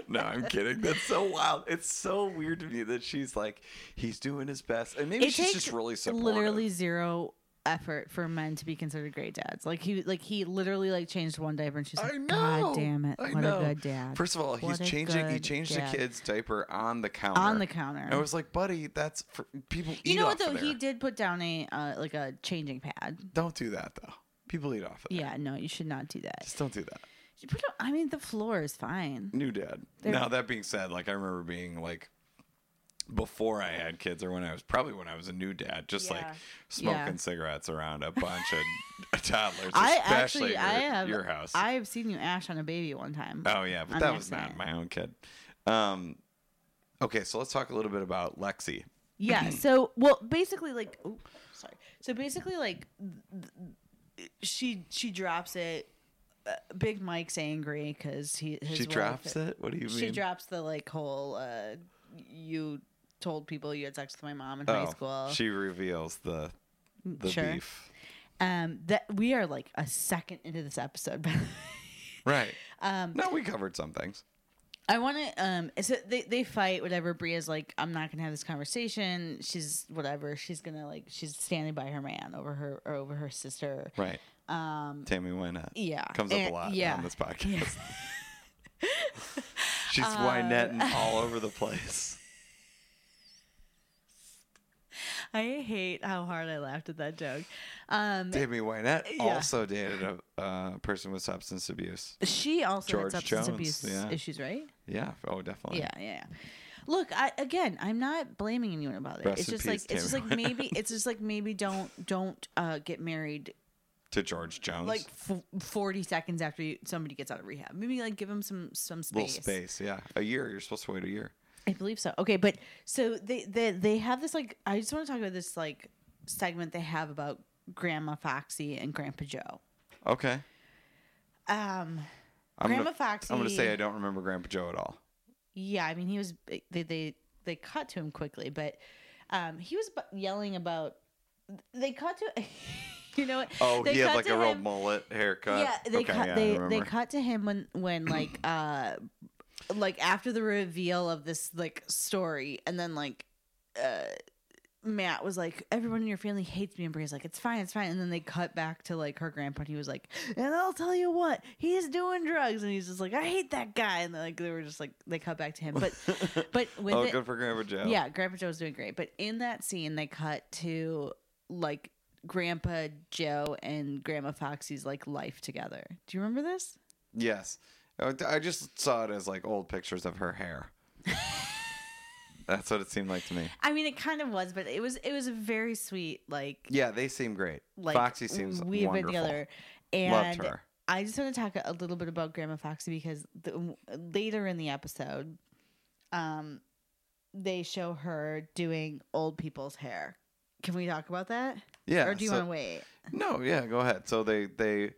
no, I'm kidding. That's so wild. It's so weird to me that she's like, he's doing his best, and maybe It she's takes just really supportive. literally zero effort for men to be considered great dads. Like he, like he literally like changed one diaper, and she's I like, know. "God damn it, I what know. a good dad." First of all, he's What a changing. He good changed dad. the kid's diaper on the counter. on the counter. I was like, buddy, that's for, people. Eat you know what off though? of there. He did put down a uh, like a changing pad. Don't do that though. People eat off of that. Yeah, no, you should not do that. Just don't do that. You put it- I mean, the floor is fine. New dad. Now that being said, like I remember being like before I had kids or when I was probably when I was a new dad, just like Yeah. smoking Yeah. cigaround around a bunch of toddlers, I especially actually, I your, have your house. I have seen you ash on a baby one time. oh yeah, but I'm that not was not saying. my own kid. Um, okay, so let's talk a little bit about Lexi. Mm-hmm. Yeah. So, well, basically, like, oh, sorry. So basically, like, th- th- she she drops it. Uh, Big Mike's angry because he his she wife- drops it. What do you She mean? drops the like whole. Uh, you told people you had sex with my mom in oh, high school. she reveals the the Sure. beef. um, that we are like a second into this episode. by the way. Right. Um, no, we covered some things. I want to. Um, so they they fight. Whatever. Bria's like, I'm not gonna have this conversation. She's whatever. She's gonna like. She's standing by her man over her or over her sister. Right. Um, Tammy, why not? Yeah. Comes up a And- lot yeah. Uh, on this podcast. She's wynetting all over the place. I hate how hard I laughed at that joke. Um, Tammy Wynette Yeah. also dated a uh, person with substance abuse. she also George had substance Jones, abuse yeah. issues, right? Yeah. Oh, definitely. Yeah, yeah. yeah. Look, I again, I'm not blaming anyone about it. Rest it's in just peace, like it's just like Tammy. maybe it's just like maybe don't don't uh, get married To George Jones. like f- 40 seconds after you, somebody gets out of rehab. Maybe like give them some some little space. Yeah. A year. You're supposed to wait a year. I believe so. Okay, but so they they they have this like I just want to talk about this like segment they have about Grandma Foxy and Grandpa Joe. Okay. Um, I'm Grandma gonna, Foxy. I'm going to say I don't remember Grandpa Joe at all. Yeah, I mean he was they they they cut to him quickly, but um he was bu- yelling about they cut to you know what? Oh, they he had cut like to a real him- mullet haircut. Yeah, they okay, cut yeah, I they they remember. cut to him when when like uh like after the reveal of this like story and then like uh Matt was like, everyone in your family hates me, and Bria's like, it's fine, it's fine. And then they cut back to like her grandpa, and he was like, and I'll tell you what, he's doing drugs, and he's just like, I hate that guy, and like they were just like, they cut back to him, but but with Oh, it, good for Grandpa Joe. yeah, Grandpa Joe's doing great. But in that scene, they cut to like Grandpa Joe and Grandma Foxy's like life together. Do you remember this? Yes. Uh, d- I just saw it as like old pictures of her hair. That's what it seemed like to me. I mean, it kind of was, but it was it was a very sweet like Yeah, they seem great. like Foxy seems we've wonderful. been together. Loved And her. I just want to talk a little bit about Grandma Foxy because the, later in the episode, um, they show her doing old people's hair. Can we talk about that? Yeah. or do you so- want to wait? No, yeah, go ahead. So they they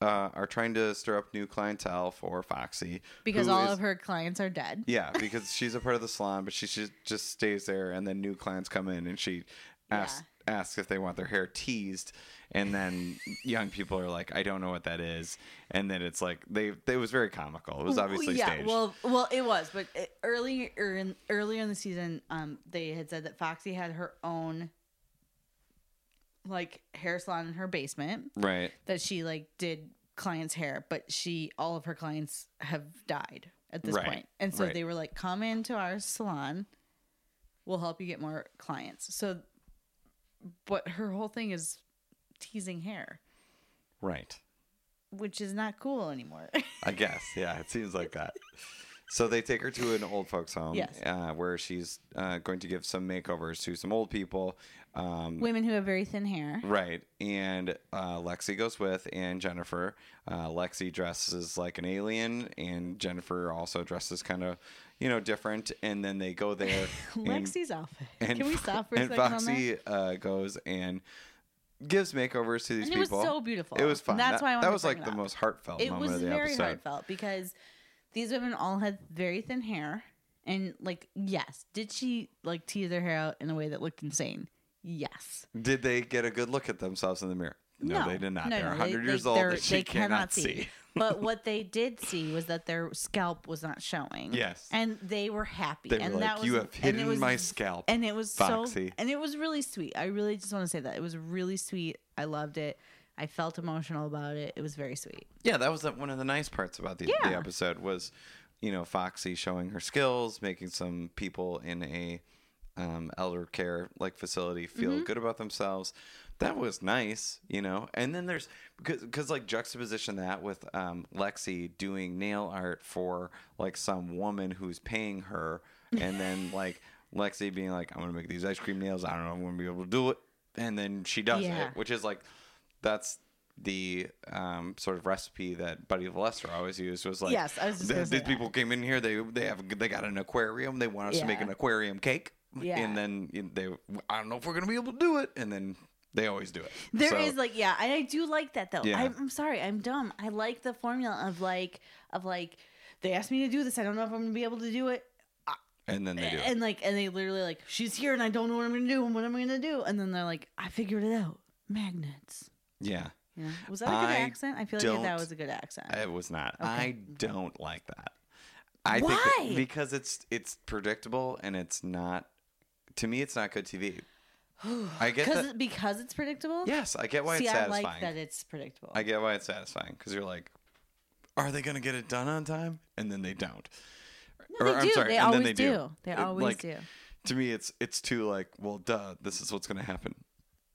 uh, are trying to stir up new clientele for Foxy Because who all is- of her clients are dead. Yeah, because she's a part of the salon, but she just just stays there, and then new clients come in, and she asks asks if they want their hair teased, and then young people are like, "I don't know what that is," and then it's like they they it was very comical. It was Well, obviously yeah, staged. well, well, it was, but it, earlier in earlier in the season, um, they had said that Foxy had her own like hair salon in her basement right. that she like did client's hair, but she all of her clients have died at this Right, point. And so right. they were like, "Come into our salon. We'll help you get more clients." So but her whole thing is teasing hair, Right. which is not cool anymore. I guess. Yeah, it seems like that. So they take her to an old folks home Yes. uh, where she's uh, going to give some makeovers to some old people. Um, Women who have very thin hair. right. And uh, Lexi goes with and Jennifer. Uh, Lexi dresses like an alien and Jennifer also dresses kind of, you know, different. And then they go there. and- Lexi's outfit. and Can we Fo- stop for a and second on that? Foxy uh, goes and gives makeovers to these And it was people. so beautiful. It was fun. That's that, why I wanted that to was bring like it the up. most heartfelt It moment was of the very episode. heartfelt because these women all had very thin hair, and like, yes, did she like tease their hair out in a way that looked insane? Yes. Did they get a good look at themselves in the mirror? No, they did not. No, they're no, 100 they- years they- old. they're- That she cannot see. but what they did see was that their scalp was not showing. Yes. and they were happy. They and were that like, was, "You have and it hidden was- my scalp." and it was Foxy. so and it was really sweet. I really just want to say that it was really sweet. I loved it. I felt emotional about it. It was very sweet. yeah, that was the- one of the nice parts about the, the Yeah. episode was, you know, Foxy showing her skills, making some people in a um, elder care like facility feel Mm-hmm. good about themselves. That was nice, you know. And then there's because because like juxtaposition that with um, Lexi doing nail art for like some woman who's paying her, and then like Lexi being like, "I'm gonna make these ice cream nails. I don't know if I'm gonna be able to do it," and then she does Yeah. it, which is like that's the um, sort of recipe that Buddy Lester always used was like Yes, I was just "Th- gonna say these that." people came in here they they have they got an aquarium they want us to make Yeah. an aquarium cake Yeah. and then you know, they I don't know if we're gonna be able to do it and then they always do it There is So, like yeah, I, I do like that though. Yeah. I'm, I'm sorry, I'm dumb. I like the formula of like of like they asked me to do this. I don't know if I'm gonna be able to do it. and then they do it. And like and they literally like she's here and I don't know what I'm gonna do and what am I gonna do? And then they're like I figured it out. Magnets. yeah You know? Was that a good I accent? I feel like don't- that was a good accent. it was not Okay. I don't like that I Why? think because it's it's predictable and it's not to me it's not good TV I get because that- because it's predictable. yes I get why See, it's I satisfying like that it's predictable. I get why it's satisfying because you're like, are they gonna get it done on time? And then they don't. No, they do. they always do. They It- always like, do. To me, it's it's too like, well, duh, this is what's gonna happen.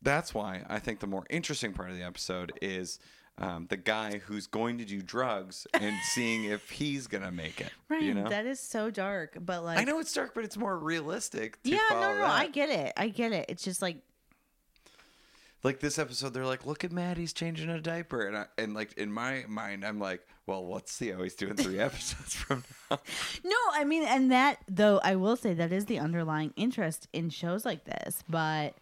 That's why I think the more interesting part of the episode is um, the guy who's going to do drugs and seeing if he's gonna make it. Right. you know? That is so dark. But like I know it's dark, but it's more realistic. To Yeah, no, follow no, that. I get it. I get it. It's just like like this episode they're like look at maddie's changing a diaper and I, and like in my mind i'm like well let's see how he's doing three episodes from now No, I mean, and that though I will say that is the underlying interest in shows like this, but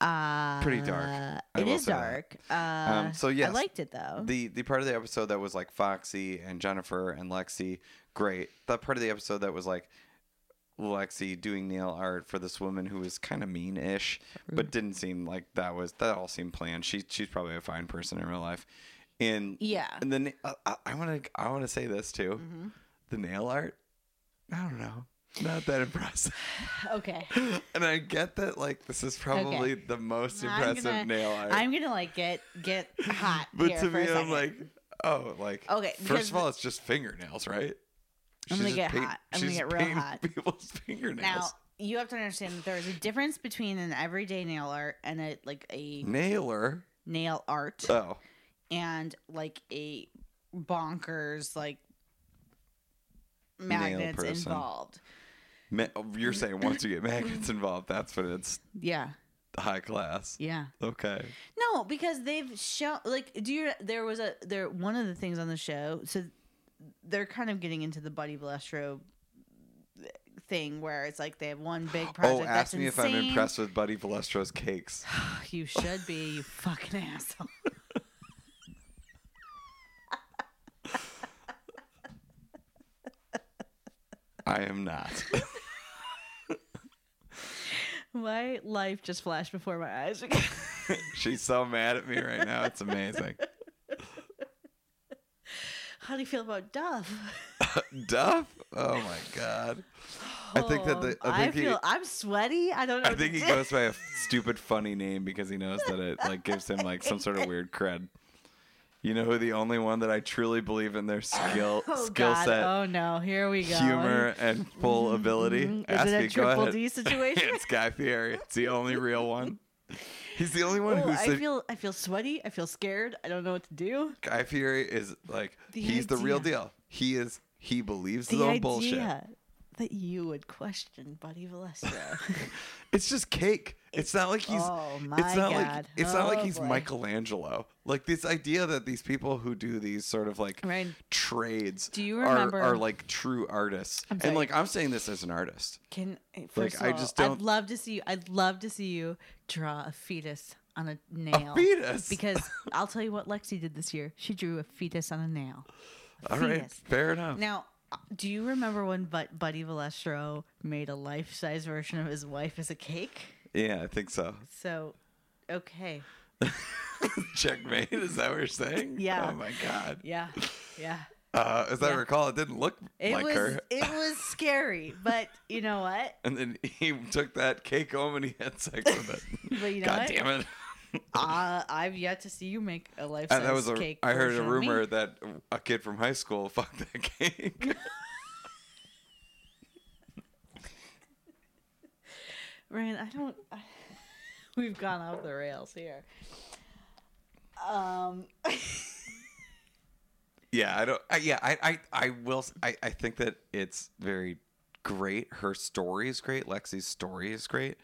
uh, Pretty dark. I It will is say that. Um, dark. Uh, so, so yes, I liked it though. the the part of the episode that was like foxy and jennifer and lexi great that part of the episode that was like lexi doing nail art for this woman who was kind of mean-ish but didn't seem like that was that all seemed planned she she's probably a fine person in real life and yeah, Mm-hmm. and then uh, I- i want to i want to say this too the nail art i don't know not that impressive okay. And I get that, like, this is probably the most I'm impressive gonna- nail art. I'm gonna like get get hot. but here to for a me, I'm second. like, oh, like, Okay, because First of all, it's just fingernails, right? I'm gonna just get paint- hot. I'm gonna she's get real painting hot. People's fingernails. now you have to understand that there is a difference between an everyday nail art and a like a Nailer. nail art Oh, and like a bonkers like magnets person. involved. ma- oh, you're saying once you get magnets involved, that's when it's Yeah, high class. yeah. Okay. No, because they've shown like do you there was a there one of the things on the show so they're kind of getting into the Buddy Balestro thing where it's like they have one big project oh, that's ask me if insane. I'm impressed with Buddy Balestro's cakes. You should be, you fucking asshole. I am not. My life just flashed before my eyes. she's so mad at me right now. It's amazing. How do you feel about Duff? Duff? Oh my god. I think that the Oh, I, I think he, feel I'm sweaty. I don't know. I what to think he do. goes by a stupid funny name because he knows that it like gives him like some sort of weird cred. You know who the only one that I truly believe in their skill Oh, skill God. set, Oh no, here we go. humor, and full ability? Is Ask it a me, go triple ahead. D situation? it's Guy Fieri. It's the only real one. He's the only one Oh, who's I the, feel I feel sweaty. I feel scared. I don't know what to do. Guy Fieri is like The he's the real idea. deal. He is he believes The his own idea bullshit. that you would question Buddy Valestro. It's just cake. It's, not like he's. oh my it's not like God. it's not like Oh, he's boy. Michelangelo. Like this idea that these people who do these sort of like Right. trades Do you are, remember- are like true artists. And sorry. like I'm saying this as an artist. Can first I of all, just don't- I'd love to see you. I'd love to see you draw a fetus on a nail. fetus? Because I'll tell you what Lexi did this year. She drew a fetus on a nail. A All right, fetus. fair enough. Now, uh, do you remember when but- Buddy Valestro made a life-size version of his wife as a cake? yeah, I think so. So, okay, Checkmate. Is that what you're saying? Yeah. Oh my god. yeah, yeah. Uh, as I Yeah. recall, it didn't look It like was her. it was scary, but you know what? And then he took that cake home and he had sex with it. But you know God what? damn it. Uh, I've yet to see you make a life-size And Uh, that was a, cake. I heard a version of me. rumor that a kid from high school fucked that cake. Ryan, I don't. I, we've gone off the rails here. Um, yeah, I don't. I, yeah, I, I, I will. s- I, I think that it's very great. Her story is great. Lexi's story is great.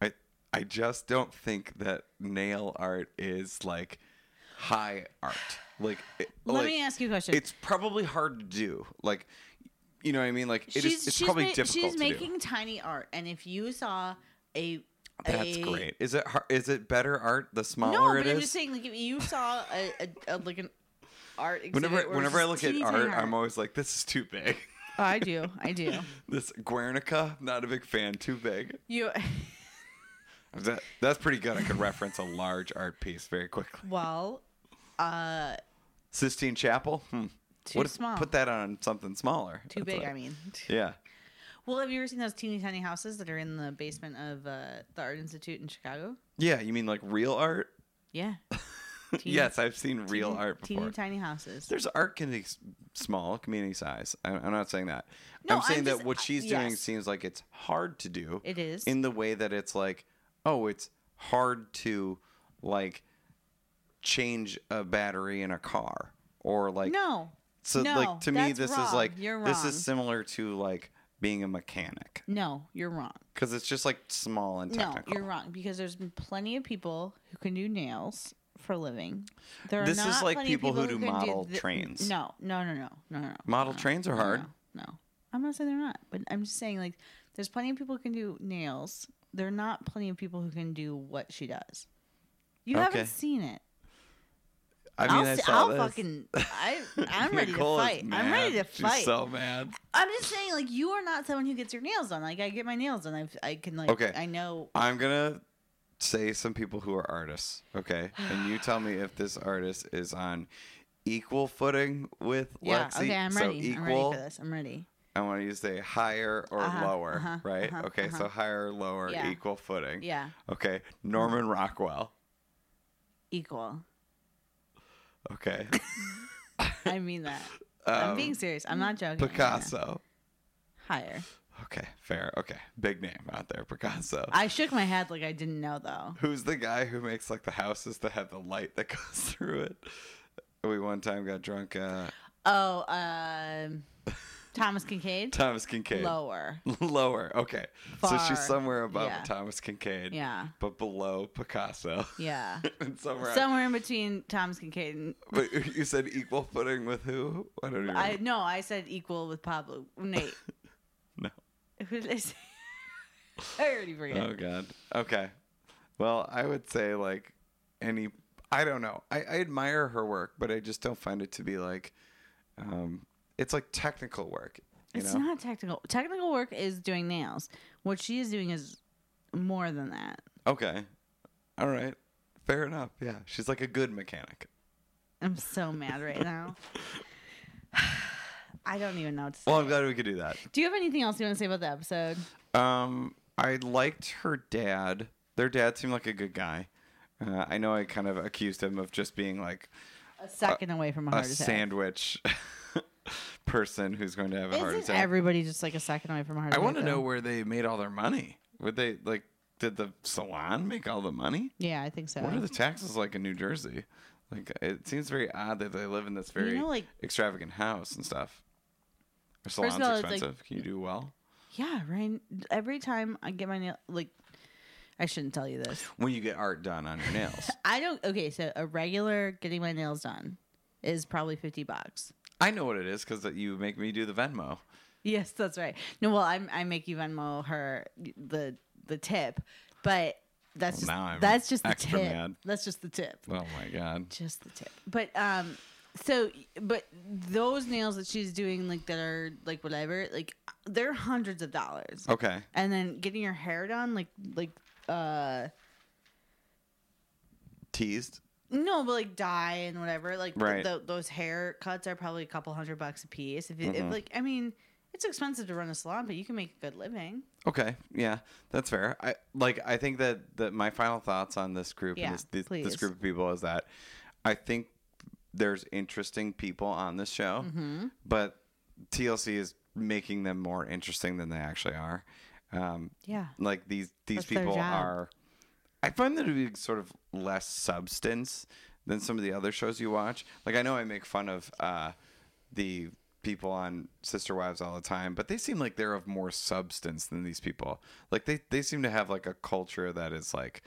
I, I just don't think that nail art is like high art. Like, it- let like, me ask you a question. It's probably hard to do. Like, you know what I mean? Like, it is. it's probably ma- difficult. She's to do. making tiny art, and if you saw a, That's a- great. Is it har- is it better art the smaller No, it but I'm is? just saying, like if you saw a, a, a like an art. Exhibit whenever where it's whenever I just look at teeny art, tiny I'm always like, this is too big. Oh, I do, I do. this Guernica, not a big fan. Too big. You That, that's pretty good. I could reference a large art piece very quickly. well, uh, Sistine Chapel. Hmm. Too if- small. Put that on something smaller. too That's big. what- I mean, Yeah. well, have you ever seen those teeny tiny houses that are in the basement of uh, the Art Institute in Chicago? Yeah. You mean like real art? Yeah. Teeny- yes, I've seen real teeny- art before. Teeny tiny houses. There's art can be s- small, community size. I- I'm not saying that. No, I'm saying I'm that just- what uh, she's doing yes. seems like it's hard to do. It is. in the way that it's like, oh, it's hard to like change a battery in a car or like no. so no, like to me that's this is wrong. like You're this wrong. is similar to like being a mechanic No, you're wrong. because it's just like small and No, technical. you're wrong because there's been plenty of people who can do nails for a living. There are This is not like plenty of people who do can model thi- trains. No, no, no, no, no, no. Model no, trains are no, hard. No, no, I'm not saying they're not, but I'm just saying like there's plenty of people who can do nails. There are not plenty of people who can do what she does. You Okay. haven't seen it. I I mean, will I saw I'll this. fucking. I, I'm ready to Nicole is fight. I'm ready to mad. fight. She's so mad. I'm just saying, like, you are not someone who gets your nails done. Like, I get my nails done. I've, I can, like, Okay. I know. I'm gonna say some people who are artists, okay? And you tell me if this artist is on equal footing with Yeah, Lexi. okay, I'm ready. So I'm equal, ready for this. I'm ready. I want you to say higher or Uh-huh, lower, uh-huh, right? uh-huh, okay, so uh-huh. higher, lower, Yeah. equal footing. Yeah, Okay, Norman Rockwell. equal. Okay, I mean that. Um, I'm being serious. I'm not joking. right now. Picasso. Higher. Okay, fair. Okay, big name out there, Picasso. I shook my head like I didn't know, though. Who's the guy who makes like the houses that have the light that goes through it? We one time got drunk. Uh, Oh, um, Thomas Kincaid? Thomas Kincaid. Lower. Lower. Okay. So Far. she's somewhere above Yeah. Thomas Kincaid, Yeah. but below Picasso. Yeah. and somewhere. Somewhere in between Thomas Kincaid and. but you said equal footing with who? I don't even. I no, I said equal with Pablo. Nate. No. Who did I say? I already forget. Oh God. Okay. Well, I would say like any. I don't know. I, I admire her work, but I just don't find it to be like. Um, it's like technical work. You It's know. not technical. Technical work is doing nails. What she is doing is more than that. okay. All right. Fair enough. Yeah. She's like a good mechanic. I'm so mad right now. I don't even know what to say. Well, I'm glad we could do that. Do you have anything else you want to say about the episode? Um, I liked her dad. Their dad seemed like a good guy. Uh, I know I kind of accused him of just being like a second away from a a heart attack. sandwich person who's going to have a heart Isn't attack. everybody just like a second away from a heart I attack? want to though? know where they made all their money. Would they like? Did the salon make all the money? Yeah, I think so. What are the taxes like in New Jersey? Like, it seems very odd that they live in this very know, like- extravagant house and stuff. Our of salon's all, it's like- expensive. Can you do well? yeah, right. Every time I get my nail, like, I shouldn't tell you this. When you get art done on your nails, I don't. Okay, so a regular getting my nails done is probably fifty bucks. I know what it is because you make me do the Venmo. Yes, that's right. No, well, I'm, I make you Venmo her the the tip, but that's Well, now I'm just that's just the extra tip. mad. That's just the tip. Oh my god! Just the tip. But um, so but those nails that she's doing like that are like whatever like they're hundreds of dollars. Okay, And then getting your hair done like like uh teased. No, but like dye and whatever, like th- Right. tho- those haircuts are probably a couple hundred bucks a piece. If, you Mm-hmm. if like, I mean, it's expensive to run a salon, but you can make a good living. Okay, yeah, that's fair. I like. I think that that my final thoughts on this group, Yeah, and this, this, this please. group of people, is that I think there's interesting people on this show, Mm-hmm. but TLC is making them more interesting than they actually are. Um, Yeah, like these these That's their people job. are. I find them to be sort of less substance than some of the other shows you watch. Like I know I make fun of uh, the people on Sister Wives all the time, but they seem like they're of more substance than these people. Like they they seem to have like a culture that is like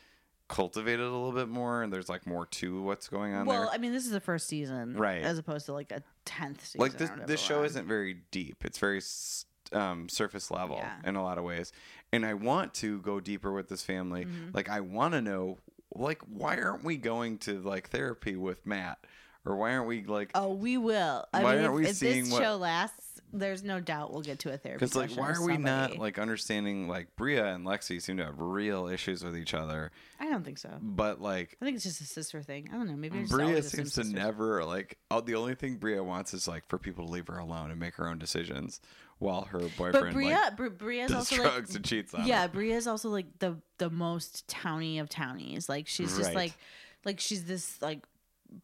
cultivated a little bit more, and there's like more to what's going on well, there. I mean, this is the first season, Right. As opposed to like a tenth season. like or this whatever this show we're on. isn't very deep it's very s- um, surface level Yeah. in a lot of ways and i want to go deeper with this family Mm-hmm. like i want to know like why aren't we going to like therapy with matt or why aren't we like Oh, we will. I Why mean, aren't if, we if seeing this what- show lasts, there's no doubt we'll get to a therapy. because like session why with are we not somebody. like understanding like bria and lexi seem to have real issues with each other I don't think so. I but like think it's just a sister thing. I don't know. Maybe it's Bria always the same seems to sisters. never like. Oh, the only thing Bria wants is like for people to leave her alone and make her own decisions, while her boyfriend But Bria, like Br- Bria's does also like drugs and cheats on her. yeah bria's also like the the most towny of townies like she's just Right. like like she's this like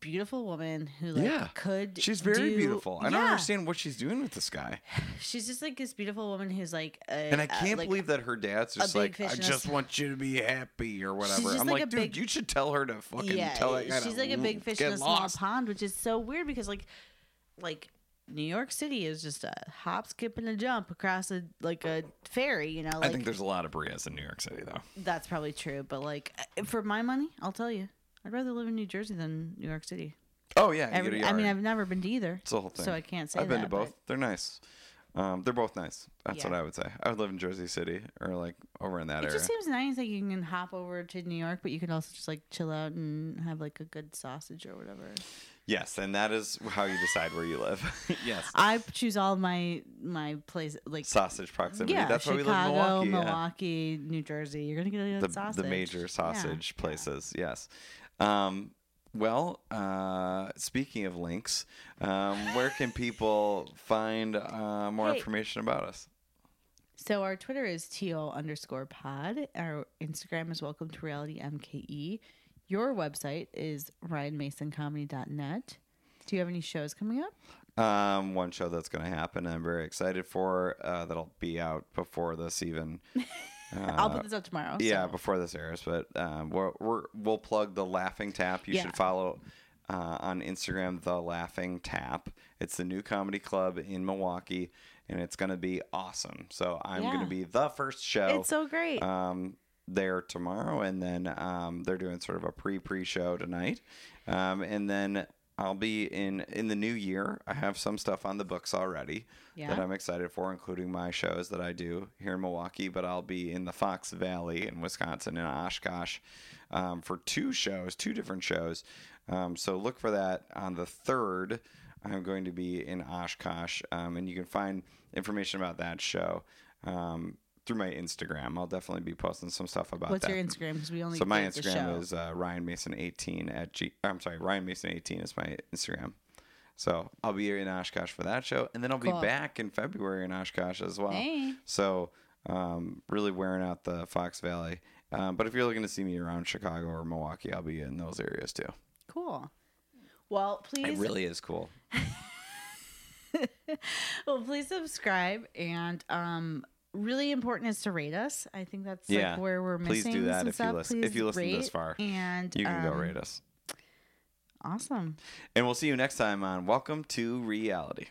beautiful woman who like Yeah. could She's very do- beautiful. I don't Yeah. understand what she's doing with this guy. she's just like this beautiful woman who's like a, And I a- can't uh, like, believe that her dad's just big like, fish I in a just s- want you to be happy or whatever. just I'm like like, a dude, big- you should tell her to fucking tell that guy she's to mm, like a big fish in get a lost. small pond which is so weird because like like new york city is just a hop skip and a jump across a like a ferry you know I think like there's a lot of Brias in New York City, though. that's probably true but like uh, for my money i'll tell you i'd rather live in new jersey than new york city Oh, yeah. you get Every, a I mean, yard. I've never been to either. it's the whole thing. so I can't say I've been that, to both. but- They're nice. Um, they're both nice. That's Yeah. what I would say. I would live in Jersey City or like over in that It area. just seems nice that you can hop over to New York, but you can also just like chill out and have like a good sausage or whatever. yes. And that is how you decide where you live. yes. I choose all my my places like Sausage proximity. yeah, That's why we Chicago, live in Milwaukee. yeah. Milwaukee, New Jersey. You're gonna get a the, good sausage. the major Yeah. sausage places. Yes. Um, well, uh, speaking of links, um, where can people find uh, more Hey. information about us? So our Twitter is to underscore pod. Our Instagram is welcome to reality mke. Your website is ryanmasoncomedy.net. Do you have any shows coming up? Um, one show that's going to happen, I'm very excited for. Uh, that'll be out before this even. I'll put this up tomorrow. Uh, Yeah, so- before this airs, but um, we're, we're, we'll plug the Laughing Tap. You Yeah. should follow uh, on Instagram the Laughing Tap. It's the new comedy club in Milwaukee, and it's going to be awesome. So I'm going Yeah. to be the first show it's so great. um, there tomorrow, and then um, they're doing sort of a pre pre show tonight, um, and then I'll be in in the new year. I have some stuff on the books already that Yeah. I'm excited for, including my shows that I do here in Milwaukee. But I'll be in the Fox Valley in Wisconsin in Oshkosh um, for two shows, two different shows. Um, so look for that on the third. I'm going to be in Oshkosh, um, and you can find information about that show um, through my Instagram. I'll definitely be posting some stuff about What's that. your Instagram? Because we only so my gave the show. Instagram is uh, Ryan Mason 18 at G. I'm sorry, Ryan Mason 18 is my Instagram. So I'll be in Oshkosh for that show, and then I'll Cool. be back in February in Oshkosh as well. Hey. So um, really wearing out the Fox Valley. Um, but if you're looking to see me around Chicago or Milwaukee, I'll be in those areas too. cool. Well, please It really is cool. well, please subscribe and um really important is to rate us. I think that's Yeah. like where we're Please missing. do that some if you stuff. listen- if Please you listened this rate far. And You can go um, rate us. Awesome. And we'll see you next time on Welcome to Reality.